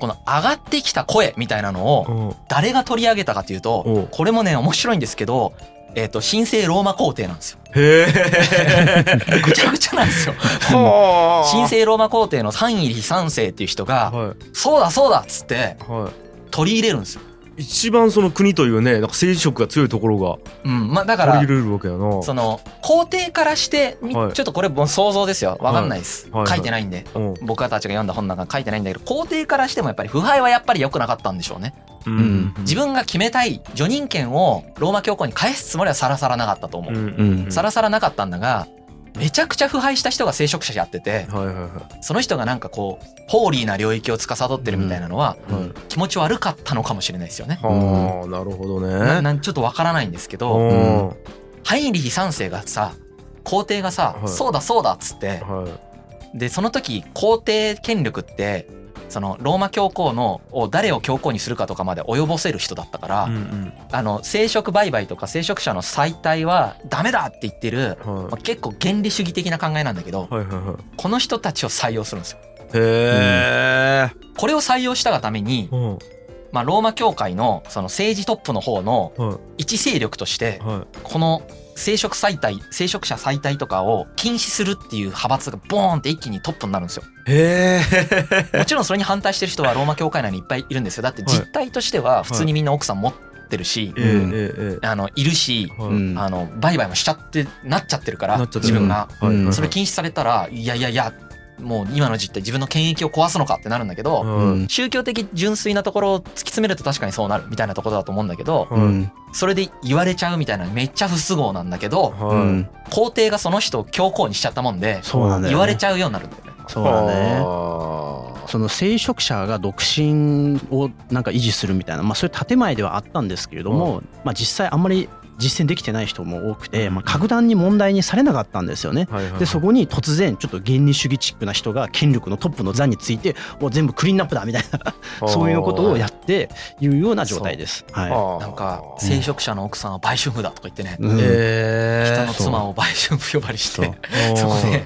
[SPEAKER 3] この上がってきた声みたいなのを
[SPEAKER 2] うん
[SPEAKER 3] 誰が取り上げたかという
[SPEAKER 2] お
[SPEAKER 3] と
[SPEAKER 2] う
[SPEAKER 3] これもね面白いんですけど、えっと神聖ローマ皇帝な んですよ。
[SPEAKER 2] へえ。
[SPEAKER 3] ぐちゃぐちゃなんですよ。
[SPEAKER 2] は
[SPEAKER 3] 神聖ローマ皇帝の三位三世っていう人が
[SPEAKER 2] は
[SPEAKER 3] 「そうだそうだ」っつって
[SPEAKER 2] いは
[SPEAKER 3] 取り入れるんですよ。
[SPEAKER 2] い。一番その国というね、なんか政治色が強いところが
[SPEAKER 3] うんまあ、だか
[SPEAKER 2] 取り
[SPEAKER 3] ら
[SPEAKER 2] 入れるわけやな。
[SPEAKER 3] その皇帝からしてみちょ
[SPEAKER 2] は
[SPEAKER 3] っ
[SPEAKER 2] い
[SPEAKER 3] とこれもう想像ですよわかんないです
[SPEAKER 2] はいはい
[SPEAKER 3] 書いてないんで
[SPEAKER 2] うん
[SPEAKER 3] 僕たちが読んだ本なんか書いてないんだけど皇帝からしてもやっぱり腐敗はやっぱり良くなかったんでしょうね
[SPEAKER 2] うん
[SPEAKER 3] 自分が決めたい叙任権をローマ教皇に返すつもりはさらさらなかったと思
[SPEAKER 2] う
[SPEAKER 3] うんさらさらなかったんだがめちゃくちゃ腐敗した人が聖職者やってて
[SPEAKER 2] はいはいはい
[SPEAKER 3] その人がなんかこうホーリーな領域を司ってるみたいなのは
[SPEAKER 4] うん
[SPEAKER 2] はい
[SPEAKER 3] 気持ち悪かったのかもしれないですよね。
[SPEAKER 2] はあなるほど
[SPEAKER 3] な
[SPEAKER 2] ね。
[SPEAKER 3] なんちょっとわからないんですけ
[SPEAKER 2] う
[SPEAKER 3] ど
[SPEAKER 2] んは
[SPEAKER 3] ハインリヒ3世がさ皇帝がさ「
[SPEAKER 2] はい
[SPEAKER 3] そうだそうだ」っつってでその時皇帝権力ってそのローマ教皇のを誰を教皇にするかとかまで及ぼせる人だったから、
[SPEAKER 2] い。うん
[SPEAKER 3] あの生殖売買とか生殖者の再退はダメだって言ってる、
[SPEAKER 2] うんは
[SPEAKER 3] まあ、結構原理主義的な考えなんだけど
[SPEAKER 2] いはいはいは
[SPEAKER 3] この人たちを採用するんですよ。
[SPEAKER 2] い。へえ。
[SPEAKER 3] これを採用したがために、
[SPEAKER 2] うん
[SPEAKER 3] まあ、ローマ教会のその政治トップの方の
[SPEAKER 2] は
[SPEAKER 3] 一勢力として
[SPEAKER 2] いはい。
[SPEAKER 3] この生殖再退生殖者再退とかを禁止するっていう派閥がボーンって一気にトップになるんですよ。
[SPEAKER 2] へえ。
[SPEAKER 3] もちろんそれに反対してる人はローマ教会内にいっぱいいるんですよ。だって実態としては普通にみんな奥さん持ってるし、
[SPEAKER 2] えええええ
[SPEAKER 3] あのいるし、
[SPEAKER 2] え。は
[SPEAKER 4] う
[SPEAKER 2] い
[SPEAKER 4] ん
[SPEAKER 3] あの売買もしちゃってなっちゃってるから
[SPEAKER 2] なっちゃって
[SPEAKER 3] 自
[SPEAKER 2] る
[SPEAKER 3] 分が、
[SPEAKER 2] はいはいはい
[SPEAKER 3] それ禁止されたらいやいやいやもう今の実態自分の権益を壊すのかってなるんだけど、
[SPEAKER 2] うん
[SPEAKER 3] 宗教的純粋なところを突き詰めると確かにそうなるみたいなところだと思うんだけど
[SPEAKER 4] う
[SPEAKER 2] はい
[SPEAKER 4] ん
[SPEAKER 3] それで言われちゃうみたいなめっちゃ不都合なんだけど
[SPEAKER 4] う
[SPEAKER 2] はい。
[SPEAKER 4] ん
[SPEAKER 3] 皇帝がその人を教皇にしちゃったもんで
[SPEAKER 4] そうなんだよね
[SPEAKER 3] 言われちゃうようになるんだよね。
[SPEAKER 4] そうだね
[SPEAKER 2] あ
[SPEAKER 4] その聖職者が独身をなんか維持するみたいな、まあ、そういう建前ではあったんですけれども、まあ、実際あんまり実践できてない人も多くて、まあ、格段に問題にされなかったんですよね。
[SPEAKER 2] ーはいはいはい
[SPEAKER 4] でそこに突然ちょっと原理主義チックな人が権力のトップの座についてもう全部クリーンアップだみたいなそういうことをやっていうような状態です。は
[SPEAKER 2] あー
[SPEAKER 3] なんか聖職者の奥さんは売春婦だとか言ってね、
[SPEAKER 4] いうん
[SPEAKER 2] えー
[SPEAKER 3] 人の妻を売春婦呼ばわりし
[SPEAKER 4] そ
[SPEAKER 3] て
[SPEAKER 4] う
[SPEAKER 2] あー
[SPEAKER 3] そこで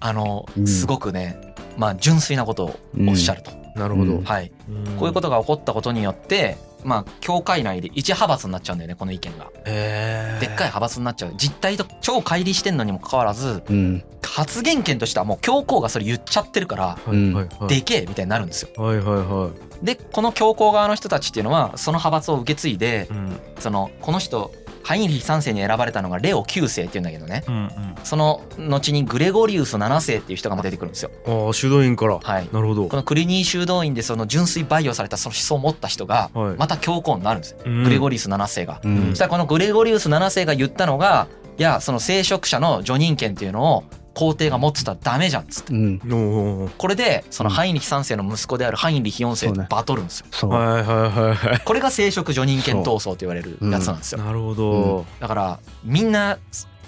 [SPEAKER 3] あの
[SPEAKER 4] うん
[SPEAKER 3] すごくねまあ純粋なことをおっしゃると、
[SPEAKER 2] なるほど、
[SPEAKER 4] うん
[SPEAKER 3] はいこういうことが起こったことによってまあ教会内で一派閥になっちゃうんだよねこの意見が
[SPEAKER 2] へー
[SPEAKER 3] でっかい派閥になっちゃう実態と超乖離してんのにもかかわらず
[SPEAKER 4] うん
[SPEAKER 3] 発言権としてはもう教皇がそれ言っちゃってるから
[SPEAKER 2] はいはいはい
[SPEAKER 3] でけえみたいになるんですよ
[SPEAKER 2] はいはいは
[SPEAKER 3] でこの教皇側の人たちっていうのはその派閥を受け継いで
[SPEAKER 2] いうん
[SPEAKER 3] そのこの人ハインリヒ3世に選ばれたのがレオ9世っていうんだけどね
[SPEAKER 2] うんうん
[SPEAKER 3] その後にグレゴリウス7世っていう人が出てくるんですよ。
[SPEAKER 2] ああ修道院から
[SPEAKER 3] はい。
[SPEAKER 2] なるほど
[SPEAKER 3] このクリニー修道院でその純粋培養されたその思想を持った人が
[SPEAKER 2] はい
[SPEAKER 3] また教皇になるんですよ。
[SPEAKER 2] グ
[SPEAKER 3] グレゴ
[SPEAKER 2] リ
[SPEAKER 3] リウス7世が。
[SPEAKER 4] うん
[SPEAKER 3] そしたらこのグレゴリウス7世が言ったのがいやその聖職者の叙任権っていうのを皇帝が持ってたらダメじゃんっつって。
[SPEAKER 4] うん
[SPEAKER 2] の
[SPEAKER 3] これでその
[SPEAKER 4] うん
[SPEAKER 3] ハインリヒ3世の息子であるハインリヒ4世
[SPEAKER 4] そうね
[SPEAKER 3] とバトるんですよ。
[SPEAKER 4] そう
[SPEAKER 2] はいはいはいは
[SPEAKER 3] これが聖職叙任権闘争と言われるやつなんです
[SPEAKER 2] い
[SPEAKER 3] よ。
[SPEAKER 2] なるほど
[SPEAKER 3] だからみんな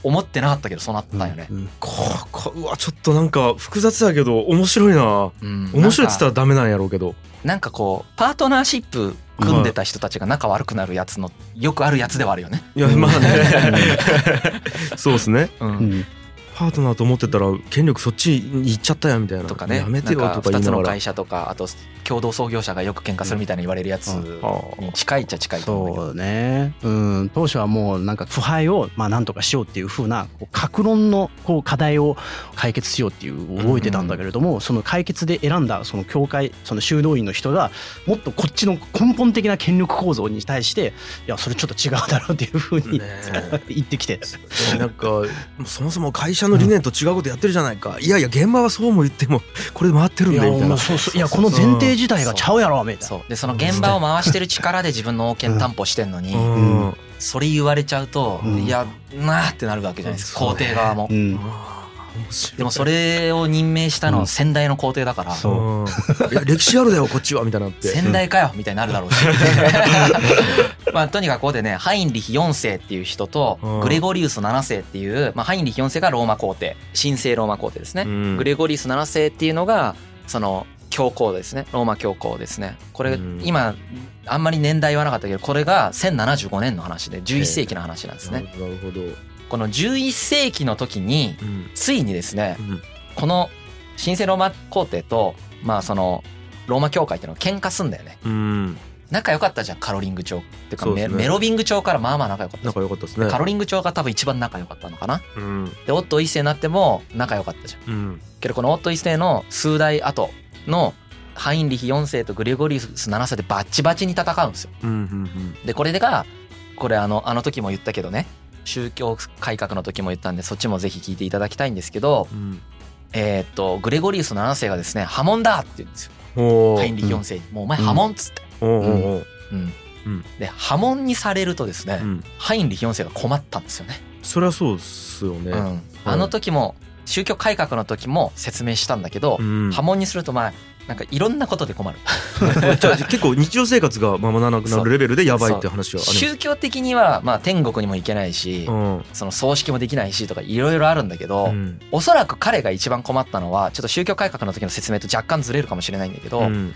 [SPEAKER 3] 思ってなかったけどそうなったよね。
[SPEAKER 4] うん
[SPEAKER 2] ここうわちょっとなんか複雑やけど面白いな
[SPEAKER 3] うん
[SPEAKER 2] 面白いっつったらダメなんやろうけど
[SPEAKER 3] なんかこうパートナーシップ組んでた人たちが仲悪くなるやつのよくあるやつではあるよね。
[SPEAKER 2] いやまあ ねそうですね
[SPEAKER 3] う、
[SPEAKER 4] うんん
[SPEAKER 2] パートナーと思ってたら権力そっちに行っちゃったやんみたいな
[SPEAKER 3] とかね
[SPEAKER 2] やめてよ
[SPEAKER 3] なん
[SPEAKER 2] と
[SPEAKER 3] か
[SPEAKER 2] か言
[SPEAKER 3] 2
[SPEAKER 2] い
[SPEAKER 3] つ
[SPEAKER 2] な
[SPEAKER 3] の
[SPEAKER 2] がら
[SPEAKER 3] 会社とかあと共同創業者がよく喧嘩するみたいに言われるやつに近いっちゃ近いと思うんだ
[SPEAKER 4] そうね、うん、当初はもうなんか腐敗をまあなんとかしようっていう風なこう格論のこう課題を解決しようっていう動いてたんだけれども、その解決で選んだその教会その修道院の人がもっとこっちの根本的な権力構造に対していやそれちょっと違うだろうっていう風に、
[SPEAKER 2] ね
[SPEAKER 4] 言ってきて
[SPEAKER 2] なんかもうそもそも会社の理念と違うことやってるじゃないかいやいや現場はそうも言ってもこれで回ってるん
[SPEAKER 4] いや
[SPEAKER 2] だよみたい
[SPEAKER 4] お前
[SPEAKER 2] な
[SPEAKER 4] そうそういやこの前提自体がちゃうやろみたい
[SPEAKER 3] そうでその現場を回してる力で自分の王権担保してんのに
[SPEAKER 2] うん
[SPEAKER 3] それ言われちゃうと
[SPEAKER 4] うん
[SPEAKER 3] いやなあってなるわけじゃないですか
[SPEAKER 2] そう
[SPEAKER 3] 皇
[SPEAKER 2] ね
[SPEAKER 3] 帝側も
[SPEAKER 4] な。うん
[SPEAKER 3] でもそれを任命したのは先代の皇帝だから、
[SPEAKER 4] そう
[SPEAKER 2] うんいや歴史あるだよこっちはみたいになって
[SPEAKER 3] 先代かよみたいになるだろ うしまあとにかくここでねハインリヒ4世っていう人と
[SPEAKER 2] うん
[SPEAKER 3] グレゴリウス7世っていう、まあ、ハインリヒ4世がローマ皇帝神聖ローマ皇帝ですね、
[SPEAKER 2] うん
[SPEAKER 3] グレゴリウス7世っていうのがその教皇ですねローマ教皇ですねこれ
[SPEAKER 2] うん
[SPEAKER 3] 今あんまり年代はなかったけどこれが1075年の話で11世紀の話なんですね
[SPEAKER 2] なるほど、
[SPEAKER 3] この11世紀の時に
[SPEAKER 2] うん
[SPEAKER 3] ついにですねこの神聖ローマ皇帝とまあそのローマ教会っていうのが喧嘩すんだよね
[SPEAKER 2] うん、
[SPEAKER 3] 仲良かったじゃんカロリング朝っていうか
[SPEAKER 2] そうで
[SPEAKER 3] メ
[SPEAKER 2] すね
[SPEAKER 3] メロビング朝からまあまあ仲良かった
[SPEAKER 2] 仲良かったですね
[SPEAKER 3] カロリング朝が多分一番仲良かったのかな
[SPEAKER 2] うん
[SPEAKER 3] でオットー一世になっても仲良かったじゃん
[SPEAKER 2] うん
[SPEAKER 3] けどこのオットー一世の数代後のハインリヒ4世とグレゴリウス7世でバッチバチに戦うんですよ
[SPEAKER 2] うんうん
[SPEAKER 3] でこれがこれあのあの時も言ったけどね宗教改革の時も言ったんでそっちもぜひ聞いていただきたいんですけど
[SPEAKER 2] うん
[SPEAKER 3] えーっとグレゴリウス7世がですね「波紋だ!」って言うんですよ
[SPEAKER 2] おー
[SPEAKER 3] ハインリヒ4世に「もうお前波紋」っつって、
[SPEAKER 2] おーおーおー
[SPEAKER 3] うん
[SPEAKER 2] うん
[SPEAKER 3] で波紋にされるとですね、
[SPEAKER 2] うん
[SPEAKER 3] ハインリヒ4世が困ったんですよね、
[SPEAKER 2] そりゃそうですよね、
[SPEAKER 3] うん、あの時も宗教改革の時も説明したんだけど、
[SPEAKER 2] うん
[SPEAKER 3] 波紋にするとまあなんかいろんなことで困る
[SPEAKER 2] じゃあ結構日常生活がままならなくなるレベルでやばいって話はあり
[SPEAKER 3] 宗教的にはまあ天国にも行けないし、
[SPEAKER 2] ます
[SPEAKER 3] その葬式もできないしとかいろいろあるんだけど、
[SPEAKER 2] うんうん
[SPEAKER 3] おそらく彼が一番困ったのはちょっと宗教改革の時の説明と若干ずれるかもしれないんだけど、
[SPEAKER 2] うん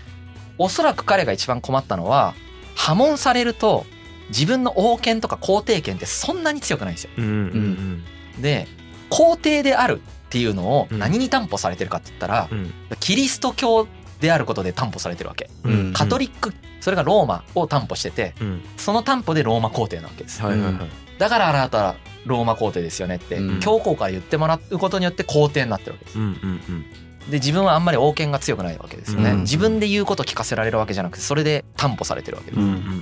[SPEAKER 3] おそらく彼が一番困ったのは波紋されると自分の王権とか皇帝権ってそんなに強くないんですよ。
[SPEAKER 2] うんうん
[SPEAKER 3] で皇帝であるっていうのを何に担保されてるかって言ったら、
[SPEAKER 2] うん
[SPEAKER 3] キリスト教であることで担保されてるわけ
[SPEAKER 2] うんうん
[SPEAKER 3] カトリック、それがローマを担保してて
[SPEAKER 2] うん
[SPEAKER 3] その担保でローマ皇帝なわけです、
[SPEAKER 2] はいはいはい
[SPEAKER 3] だからあなたはローマ皇帝ですよねって、
[SPEAKER 4] うん
[SPEAKER 3] 教皇から言ってもらうことによって皇帝になってるわけです
[SPEAKER 2] うんうんうん
[SPEAKER 3] で自分はあんまり王権が強くないわけですよね、
[SPEAKER 2] うん
[SPEAKER 3] 自分で言うことを聞かせられるわけじゃなくてそれで担保されてるわけです、
[SPEAKER 4] うん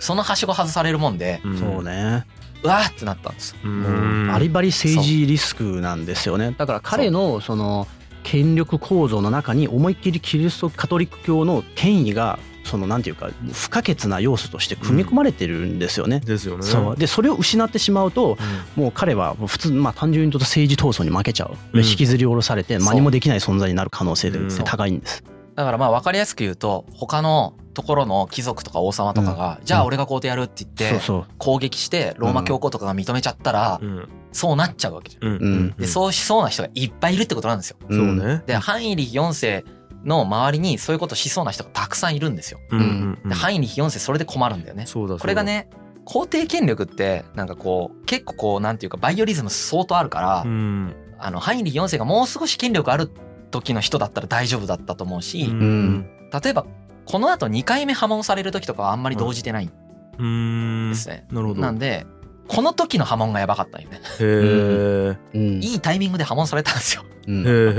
[SPEAKER 3] そのはしご外されるもんで
[SPEAKER 2] うん
[SPEAKER 4] そうね、
[SPEAKER 3] うわーってなったんですよ
[SPEAKER 2] うん
[SPEAKER 4] バリバリ政治リスクなんですよねだから彼のその権力構造の中に思いっきりキリストカトリック教の権威がそのなんていうか不可欠な要素として組み込まれてるんですよね。
[SPEAKER 2] ですよね
[SPEAKER 4] そうでそれを失ってしまうともう彼は普通まあ単純に言うと政治闘争に負けちゃう
[SPEAKER 2] うん
[SPEAKER 4] で引きずり下ろされて
[SPEAKER 3] そう
[SPEAKER 4] 何もできない存在になる可能性で
[SPEAKER 2] うん
[SPEAKER 4] 高いんです。
[SPEAKER 3] だからまあ分かりやすく言うと他のところの貴族とか王様とかが、じゃあ俺が皇帝やるって言って、
[SPEAKER 4] そうそう
[SPEAKER 3] 攻撃してローマ教皇とかが認めちゃったら、
[SPEAKER 2] うん
[SPEAKER 3] そうなっちゃうわけじゃん。
[SPEAKER 2] うん
[SPEAKER 4] う
[SPEAKER 2] うん
[SPEAKER 4] ん
[SPEAKER 3] でそうしそうな人がいっぱいいるってことなんですよ。
[SPEAKER 2] そううんね
[SPEAKER 3] でハインリヒ4世の周りにそういうことしそうな人がたくさんいるんですよ。
[SPEAKER 2] うんうんうん
[SPEAKER 3] でハインリヒ4世それで困るんだよね。
[SPEAKER 2] そうだそうだ
[SPEAKER 3] これがね皇帝権力ってなんかこう結構こうなんていうかバイオリズム相当あるから、
[SPEAKER 2] うん
[SPEAKER 3] あのハインリヒ4世がもう少し権力ある時の人だったら大丈夫だったと思うし、
[SPEAKER 2] うん
[SPEAKER 3] 例えばこの後2回目破門される時とかはあんまり動じてないん
[SPEAKER 2] うん
[SPEAKER 3] ですね。
[SPEAKER 2] なるほど
[SPEAKER 3] なんでこの時の破門がやばかったんよね。
[SPEAKER 2] へえ
[SPEAKER 4] うん
[SPEAKER 3] いいタイミングで破門されたんですよ。
[SPEAKER 4] う
[SPEAKER 2] へえ
[SPEAKER 4] ん
[SPEAKER 2] へえへ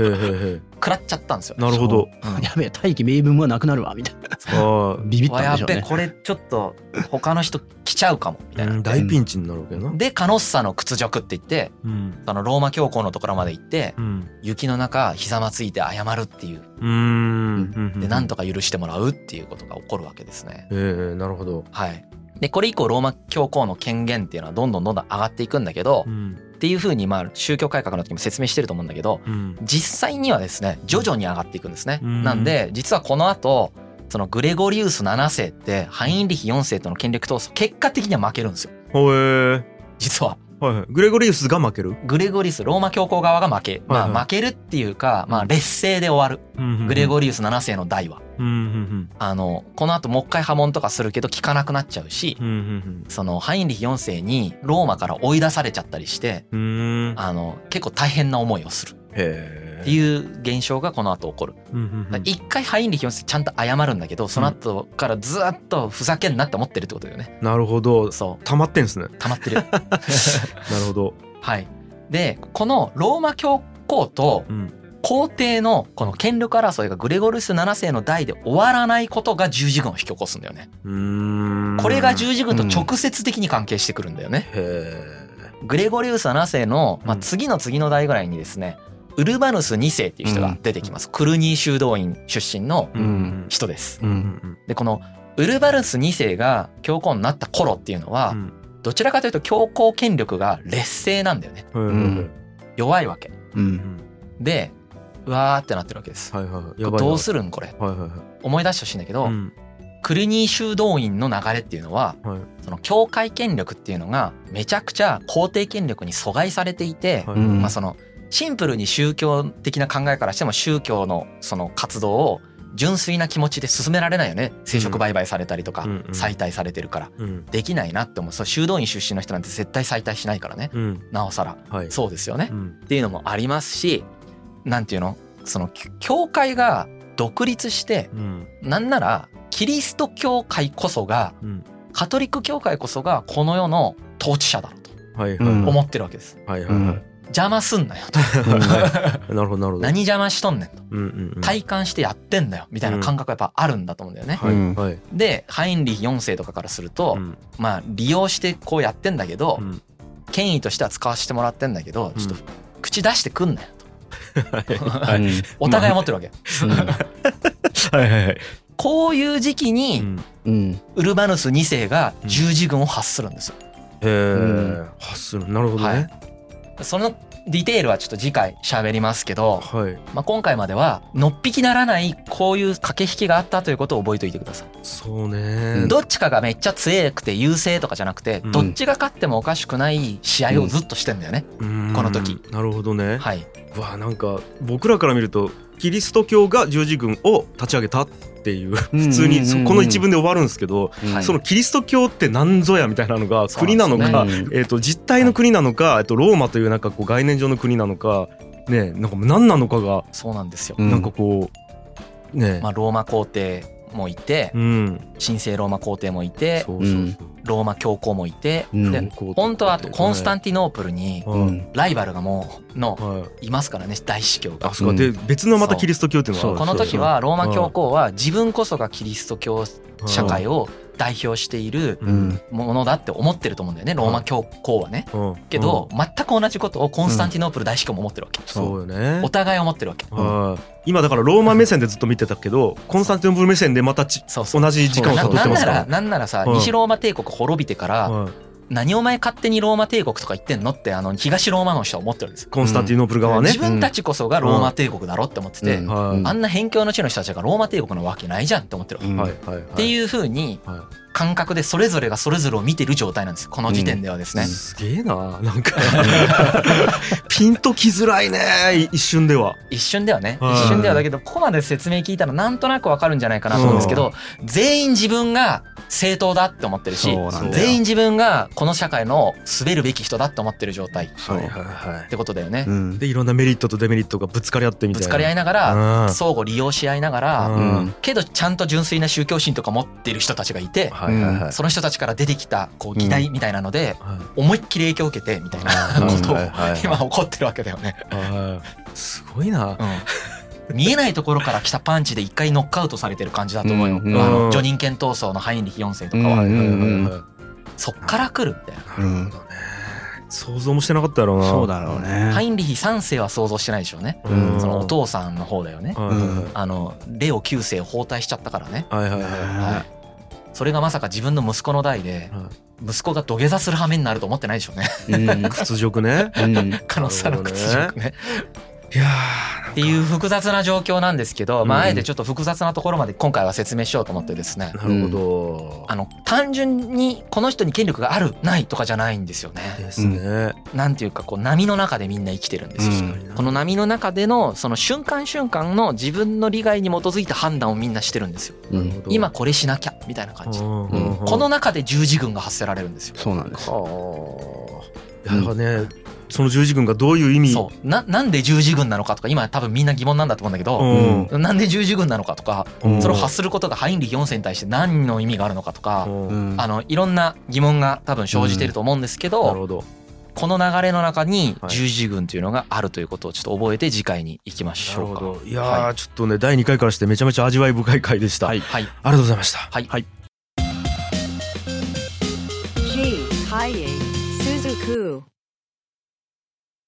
[SPEAKER 2] え
[SPEAKER 3] 食らっちゃったんですよ。
[SPEAKER 2] なるほど
[SPEAKER 3] うん
[SPEAKER 4] やべえ大気名分はなくなるわみたいな
[SPEAKER 2] あ
[SPEAKER 4] ビビっ
[SPEAKER 3] わや
[SPEAKER 4] たんでし
[SPEAKER 3] っ
[SPEAKER 4] ょう
[SPEAKER 3] べ
[SPEAKER 4] ね。
[SPEAKER 3] これちょっと他の人来ちゃうかもみたいな。
[SPEAKER 2] 大ピンチになるわけやな
[SPEAKER 3] でカノッサの屈辱って言って
[SPEAKER 2] うん
[SPEAKER 3] そのローマ教皇のところまで行って
[SPEAKER 2] うん
[SPEAKER 3] 雪の中ひざまついて謝るっていう
[SPEAKER 2] うん
[SPEAKER 3] でなんとか許してもらうっていうことが起こるわけですね。
[SPEAKER 2] ええなるほど
[SPEAKER 3] はいでこれ以降ローマ教皇の権限っていうのはどんどんどんどん上がっていくんだけど
[SPEAKER 2] うん
[SPEAKER 3] っていうふうにまあ宗教改革の時も説明してると思うんだけど
[SPEAKER 2] うん
[SPEAKER 3] 実際にはですね徐々に上がっていくんですね。
[SPEAKER 2] うん
[SPEAKER 3] なんで実はこの後そのグレゴリウス7世ってハインリヒ4世との権力闘争結果的には負けるんですよ
[SPEAKER 2] ほえ
[SPEAKER 3] 実は
[SPEAKER 2] はいはいグレゴリウスが負ける
[SPEAKER 3] グレゴリウスローマ教皇側が負け、
[SPEAKER 2] はい
[SPEAKER 3] ま
[SPEAKER 2] は
[SPEAKER 3] あ、
[SPEAKER 2] い
[SPEAKER 3] 負けるっていうか、まあ、劣勢で終わるグレゴリウス7世の代は、
[SPEAKER 2] うんうん
[SPEAKER 3] あのこの後もう一回破門とかするけど効かなくなっちゃうし
[SPEAKER 2] うんうん
[SPEAKER 3] そのハインリヒ4世にローマから追い出されちゃったりして
[SPEAKER 2] うんうん
[SPEAKER 3] あの結構大変な思いをするっ
[SPEAKER 2] へ
[SPEAKER 3] ていう現象がこの後起こる
[SPEAKER 2] うんうんうん
[SPEAKER 3] 一回ハインリヒ4世ちゃんと謝るんだけどその後からずっとふざけんなって思ってるってことだよね
[SPEAKER 2] なるほど
[SPEAKER 3] そ
[SPEAKER 2] 溜まってんすね
[SPEAKER 3] う溜 まってる
[SPEAKER 2] なるほど
[SPEAKER 3] はいでこのローマ教皇と
[SPEAKER 2] うん
[SPEAKER 3] 皇帝のこの権力争いがグレゴルス7世の代で終わらないことが十字軍を引き起こすんだよね。
[SPEAKER 2] うーん
[SPEAKER 3] これが十字軍と直接的に関係してくるんだよね。
[SPEAKER 2] へえ
[SPEAKER 3] グレゴリウス7世の、まあ、
[SPEAKER 2] うん
[SPEAKER 3] 次の次の代ぐらいにですねウルバヌス2世っていう人が出てきます。クルニー修道院出身の
[SPEAKER 2] うん
[SPEAKER 3] 人です。
[SPEAKER 2] うん
[SPEAKER 3] でこのウルバヌス2世が教皇になった頃っていうのは、どちらかというと教皇権力が劣勢なんだよね。
[SPEAKER 2] うんうん
[SPEAKER 4] ん
[SPEAKER 3] 弱いわけ。
[SPEAKER 4] う。
[SPEAKER 2] うんん
[SPEAKER 3] でうわーってなってるわけです
[SPEAKER 2] はいはいはいやばいな
[SPEAKER 3] どうするんこれ
[SPEAKER 2] はいはいはい
[SPEAKER 3] 思い出してほしいんだけど、
[SPEAKER 2] うん
[SPEAKER 3] クルニー修道院の流れっていうのは
[SPEAKER 2] はい
[SPEAKER 3] その教会権力っていうのがめちゃくちゃ皇帝権力に阻害されていて、
[SPEAKER 2] は
[SPEAKER 4] う
[SPEAKER 2] い
[SPEAKER 4] ん
[SPEAKER 3] まあ、そのシンプルに宗教的な考えからしても宗教のその活動を純粋な気持ちで進められないよね生殖売買されたりとか
[SPEAKER 2] うんうん
[SPEAKER 3] 再退されてるから
[SPEAKER 2] うん
[SPEAKER 3] できないなって思うそう修道院出身の人なんて絶対再退しないからね
[SPEAKER 2] うん
[SPEAKER 3] なおさら
[SPEAKER 2] はい
[SPEAKER 3] そうですよね
[SPEAKER 2] うん
[SPEAKER 3] っていうのもありますしなんていうのそのき教会が独立して
[SPEAKER 2] うん
[SPEAKER 3] なんならキリスト教会こそが
[SPEAKER 2] うん
[SPEAKER 3] カトリック教会こそがこの世の統治者だろうと
[SPEAKER 2] はいはい
[SPEAKER 4] うん
[SPEAKER 3] 思ってるわけです
[SPEAKER 2] はいはい
[SPEAKER 4] うん
[SPEAKER 2] はい
[SPEAKER 3] 邪魔すんなよと
[SPEAKER 2] なるほどなるほど
[SPEAKER 3] 何邪魔しとんねんと
[SPEAKER 2] うんうんうん
[SPEAKER 3] 体感してやってんだよみたいな感覚やっぱあるんだと思うんだよね、
[SPEAKER 2] は
[SPEAKER 4] う
[SPEAKER 2] い
[SPEAKER 4] ん
[SPEAKER 2] はい
[SPEAKER 3] でハインリヒ4世とかからすると、
[SPEAKER 2] うん
[SPEAKER 3] まあ利用してこうやってんだけど、
[SPEAKER 2] うん
[SPEAKER 3] 権威としては使わせてもらってんだけどちょっと口出してくんなよと
[SPEAKER 4] はい。
[SPEAKER 3] お互い思ってるわけ、
[SPEAKER 2] はいはいはい
[SPEAKER 3] こういう時
[SPEAKER 2] う
[SPEAKER 3] 期に
[SPEAKER 2] ん
[SPEAKER 4] うん。
[SPEAKER 3] ウルバヌス2世が十字軍を発するんですよ、
[SPEAKER 2] へえ発するなるほどね
[SPEAKER 3] そのディテールはちょっと次回喋りますけど、
[SPEAKER 2] はい
[SPEAKER 3] まあ、今回まではのっぴきならないこういう駆け引きがあったということを覚えておいてください
[SPEAKER 2] そうね
[SPEAKER 3] どっちかがめっちゃ強くて優勢とかじゃなくて、
[SPEAKER 2] うん
[SPEAKER 3] どっちが勝ってもおかしくない試合をずっとしてんだよね。
[SPEAKER 2] うん
[SPEAKER 3] この時
[SPEAKER 2] なるほどね
[SPEAKER 3] はい。
[SPEAKER 2] わあなんか僕らから見るとキリスト教が十字軍を立ち上げたっていう
[SPEAKER 4] うん
[SPEAKER 2] 普通にそこの一文で終わるんですけど
[SPEAKER 3] はい
[SPEAKER 2] そのキリスト教って何ぞやみたいなのが国なの
[SPEAKER 3] そうな
[SPEAKER 2] か
[SPEAKER 4] んですよ
[SPEAKER 2] えーと実体の国なのかえっとローマというなんかこう概念上の国なのかねなんか何なのかが
[SPEAKER 3] そうなんですよ。
[SPEAKER 4] うん
[SPEAKER 2] なんかこうね
[SPEAKER 3] まあローマ皇帝もいて、
[SPEAKER 2] うん
[SPEAKER 3] 神聖ローマ皇帝もいて、
[SPEAKER 2] そうそうそう
[SPEAKER 3] ローマ教皇もいて、
[SPEAKER 4] うん
[SPEAKER 3] で本当はあとコンスタンティノープルに
[SPEAKER 2] は
[SPEAKER 4] う
[SPEAKER 2] い
[SPEAKER 4] ん。
[SPEAKER 3] ライバルがもうの
[SPEAKER 2] はい
[SPEAKER 3] いますからね大司教が
[SPEAKER 2] あ。そうかで別のまた
[SPEAKER 3] そう
[SPEAKER 2] キリスト教っていうのが
[SPEAKER 3] こ
[SPEAKER 2] ある
[SPEAKER 3] の
[SPEAKER 2] んです
[SPEAKER 3] 時
[SPEAKER 2] よ
[SPEAKER 3] はローマ教皇は自分こそがキリスト教社会を代表している
[SPEAKER 4] うん。
[SPEAKER 3] ものだって思ってると思うんだよねローマ教皇はね。
[SPEAKER 2] うん
[SPEAKER 3] けど全く同じことをコンスタンティノープル大司教も思ってるわけ。
[SPEAKER 2] そうよね
[SPEAKER 3] お互い思ってるわけ。
[SPEAKER 2] はい今だからローマ目線でずっと見てたけどコンスタンティノブル目線でまたち
[SPEAKER 3] そうそう。
[SPEAKER 2] 同じ時間を
[SPEAKER 3] な
[SPEAKER 2] たどっ
[SPEAKER 3] な
[SPEAKER 2] て
[SPEAKER 3] ん
[SPEAKER 2] ます
[SPEAKER 3] な
[SPEAKER 2] からら
[SPEAKER 3] なんならさ、
[SPEAKER 2] うん
[SPEAKER 3] 西ローマ帝国滅びてから
[SPEAKER 2] はい
[SPEAKER 3] 何お前勝手にローマ帝国とか言ってんのってあの東ローマの人は思ってるんですよ。
[SPEAKER 2] コンスタンティノープル側ね
[SPEAKER 3] 自分たちこそがローマ帝国だろって思ってて、
[SPEAKER 4] うん
[SPEAKER 2] はい
[SPEAKER 3] あんな辺境の地の人たちがローマ帝国なわけないじゃんって思ってるわけ、
[SPEAKER 4] うん
[SPEAKER 2] はいはいはいっ
[SPEAKER 3] って
[SPEAKER 2] う
[SPEAKER 3] いうふうに感覚でそれぞれがそれぞれを見てる状態なんですこの時点ではですね、
[SPEAKER 2] すげえななんか ピンときづらいね一瞬では
[SPEAKER 3] 一瞬ではね、
[SPEAKER 2] はい
[SPEAKER 3] 一瞬ではだけどここまで説明聞いたらなんとなくわかるんじゃないかなと思うんですけど、全員自分が正当だって思ってるし
[SPEAKER 4] そうなんだよ
[SPEAKER 3] 全員自分がこの社会の滑るべき人だって思ってる状態っ
[SPEAKER 4] そう。
[SPEAKER 2] は
[SPEAKER 3] てことだよね、
[SPEAKER 4] うん。
[SPEAKER 2] でいろんなメリットとデメリットがぶつかり合ってみた
[SPEAKER 3] ぶ
[SPEAKER 2] いな
[SPEAKER 3] つかり合いながら
[SPEAKER 2] うん
[SPEAKER 3] 相互利用し合いながら、
[SPEAKER 2] うん
[SPEAKER 3] けどちゃんと純粋な宗教心とか持ってる人たちがいて、
[SPEAKER 2] はいはいはい
[SPEAKER 3] その人たちから出てきたこう議題みたいなので、
[SPEAKER 2] はい
[SPEAKER 3] 思いっきり影響を受けてみたいな
[SPEAKER 2] うん
[SPEAKER 3] ことを
[SPEAKER 2] はいはいはい
[SPEAKER 3] 今起こってるわけだよね。
[SPEAKER 2] はいすごいな
[SPEAKER 3] うん見えないところから来たパンチで一回ノックアウトされてる感じだと思うよ。
[SPEAKER 4] うん
[SPEAKER 3] あ
[SPEAKER 2] うん
[SPEAKER 3] のジョニンケン闘争のハインリヒ4世とかは、
[SPEAKER 4] うん
[SPEAKER 2] はいはいはい
[SPEAKER 3] そっから来るみたいな。
[SPEAKER 4] うん。
[SPEAKER 2] 想像もしてなかったやろうな
[SPEAKER 4] そうだろうね。
[SPEAKER 3] ハインリヒ3世は想像してないでしょうね。
[SPEAKER 2] うん
[SPEAKER 3] そのお父さんの方だよね。
[SPEAKER 2] はいはい
[SPEAKER 3] あのレオ9世を包帯しちゃったからね。
[SPEAKER 2] はいはいはい
[SPEAKER 3] はいそれがまさか自分の息子の代で
[SPEAKER 2] は
[SPEAKER 3] 息子が土下座する羽目になると思ってないでしょう ね
[SPEAKER 4] うん。うん
[SPEAKER 2] 屈辱ね
[SPEAKER 3] 可能性の屈
[SPEAKER 2] なる
[SPEAKER 3] 辱ね
[SPEAKER 2] いや
[SPEAKER 3] っていう複雑な状況なんですけど、まあ、
[SPEAKER 2] うん
[SPEAKER 3] あえてちょっと複雑なところまで今回は説明しようと思ってですね
[SPEAKER 2] ー、なるほど
[SPEAKER 3] あの単純にこの人に権力があるないとかじゃないんですよね。
[SPEAKER 2] ですね
[SPEAKER 3] なんていうかこう波の中でみんな生きてるんですよ。この波の中でのその瞬間瞬間の自分の利害に基づいた判断をみんなしてるんですよ。
[SPEAKER 4] う
[SPEAKER 2] なる
[SPEAKER 4] ん。
[SPEAKER 2] ほど
[SPEAKER 3] 今これしなきゃみたいな感じ。
[SPEAKER 2] うん
[SPEAKER 4] うん
[SPEAKER 2] うん
[SPEAKER 3] この中で十字軍が発せられるんですよ。
[SPEAKER 4] そうなんです。
[SPEAKER 2] はあ。いやだからね、その十字軍がどういう意味。
[SPEAKER 3] そうななんで十字軍なのかとか今多分みんな疑問なんだと思うんだけど、
[SPEAKER 2] ん
[SPEAKER 3] なんで十字軍なのかとか、
[SPEAKER 2] うん
[SPEAKER 3] それを発することがハインリヒ4世に対して何の意味があるのかとか、
[SPEAKER 2] うん
[SPEAKER 4] うん
[SPEAKER 3] あのいろんな疑問が多分生じてると思うんですけ
[SPEAKER 2] な
[SPEAKER 3] ど、
[SPEAKER 2] るほど。
[SPEAKER 3] この流れの中に
[SPEAKER 2] はい
[SPEAKER 3] 十字軍というのがあるということをちょっと覚えて次回に行きまし
[SPEAKER 2] なる
[SPEAKER 3] ょう
[SPEAKER 2] ほ
[SPEAKER 3] か。
[SPEAKER 2] ど。いやー、ちょっとね、第二回からしてめちゃめちゃ味わい深い回でした。あ
[SPEAKER 3] は
[SPEAKER 2] り
[SPEAKER 3] い、はい、
[SPEAKER 2] がとうございました。
[SPEAKER 3] はい、
[SPEAKER 1] G. Haye Suzuku.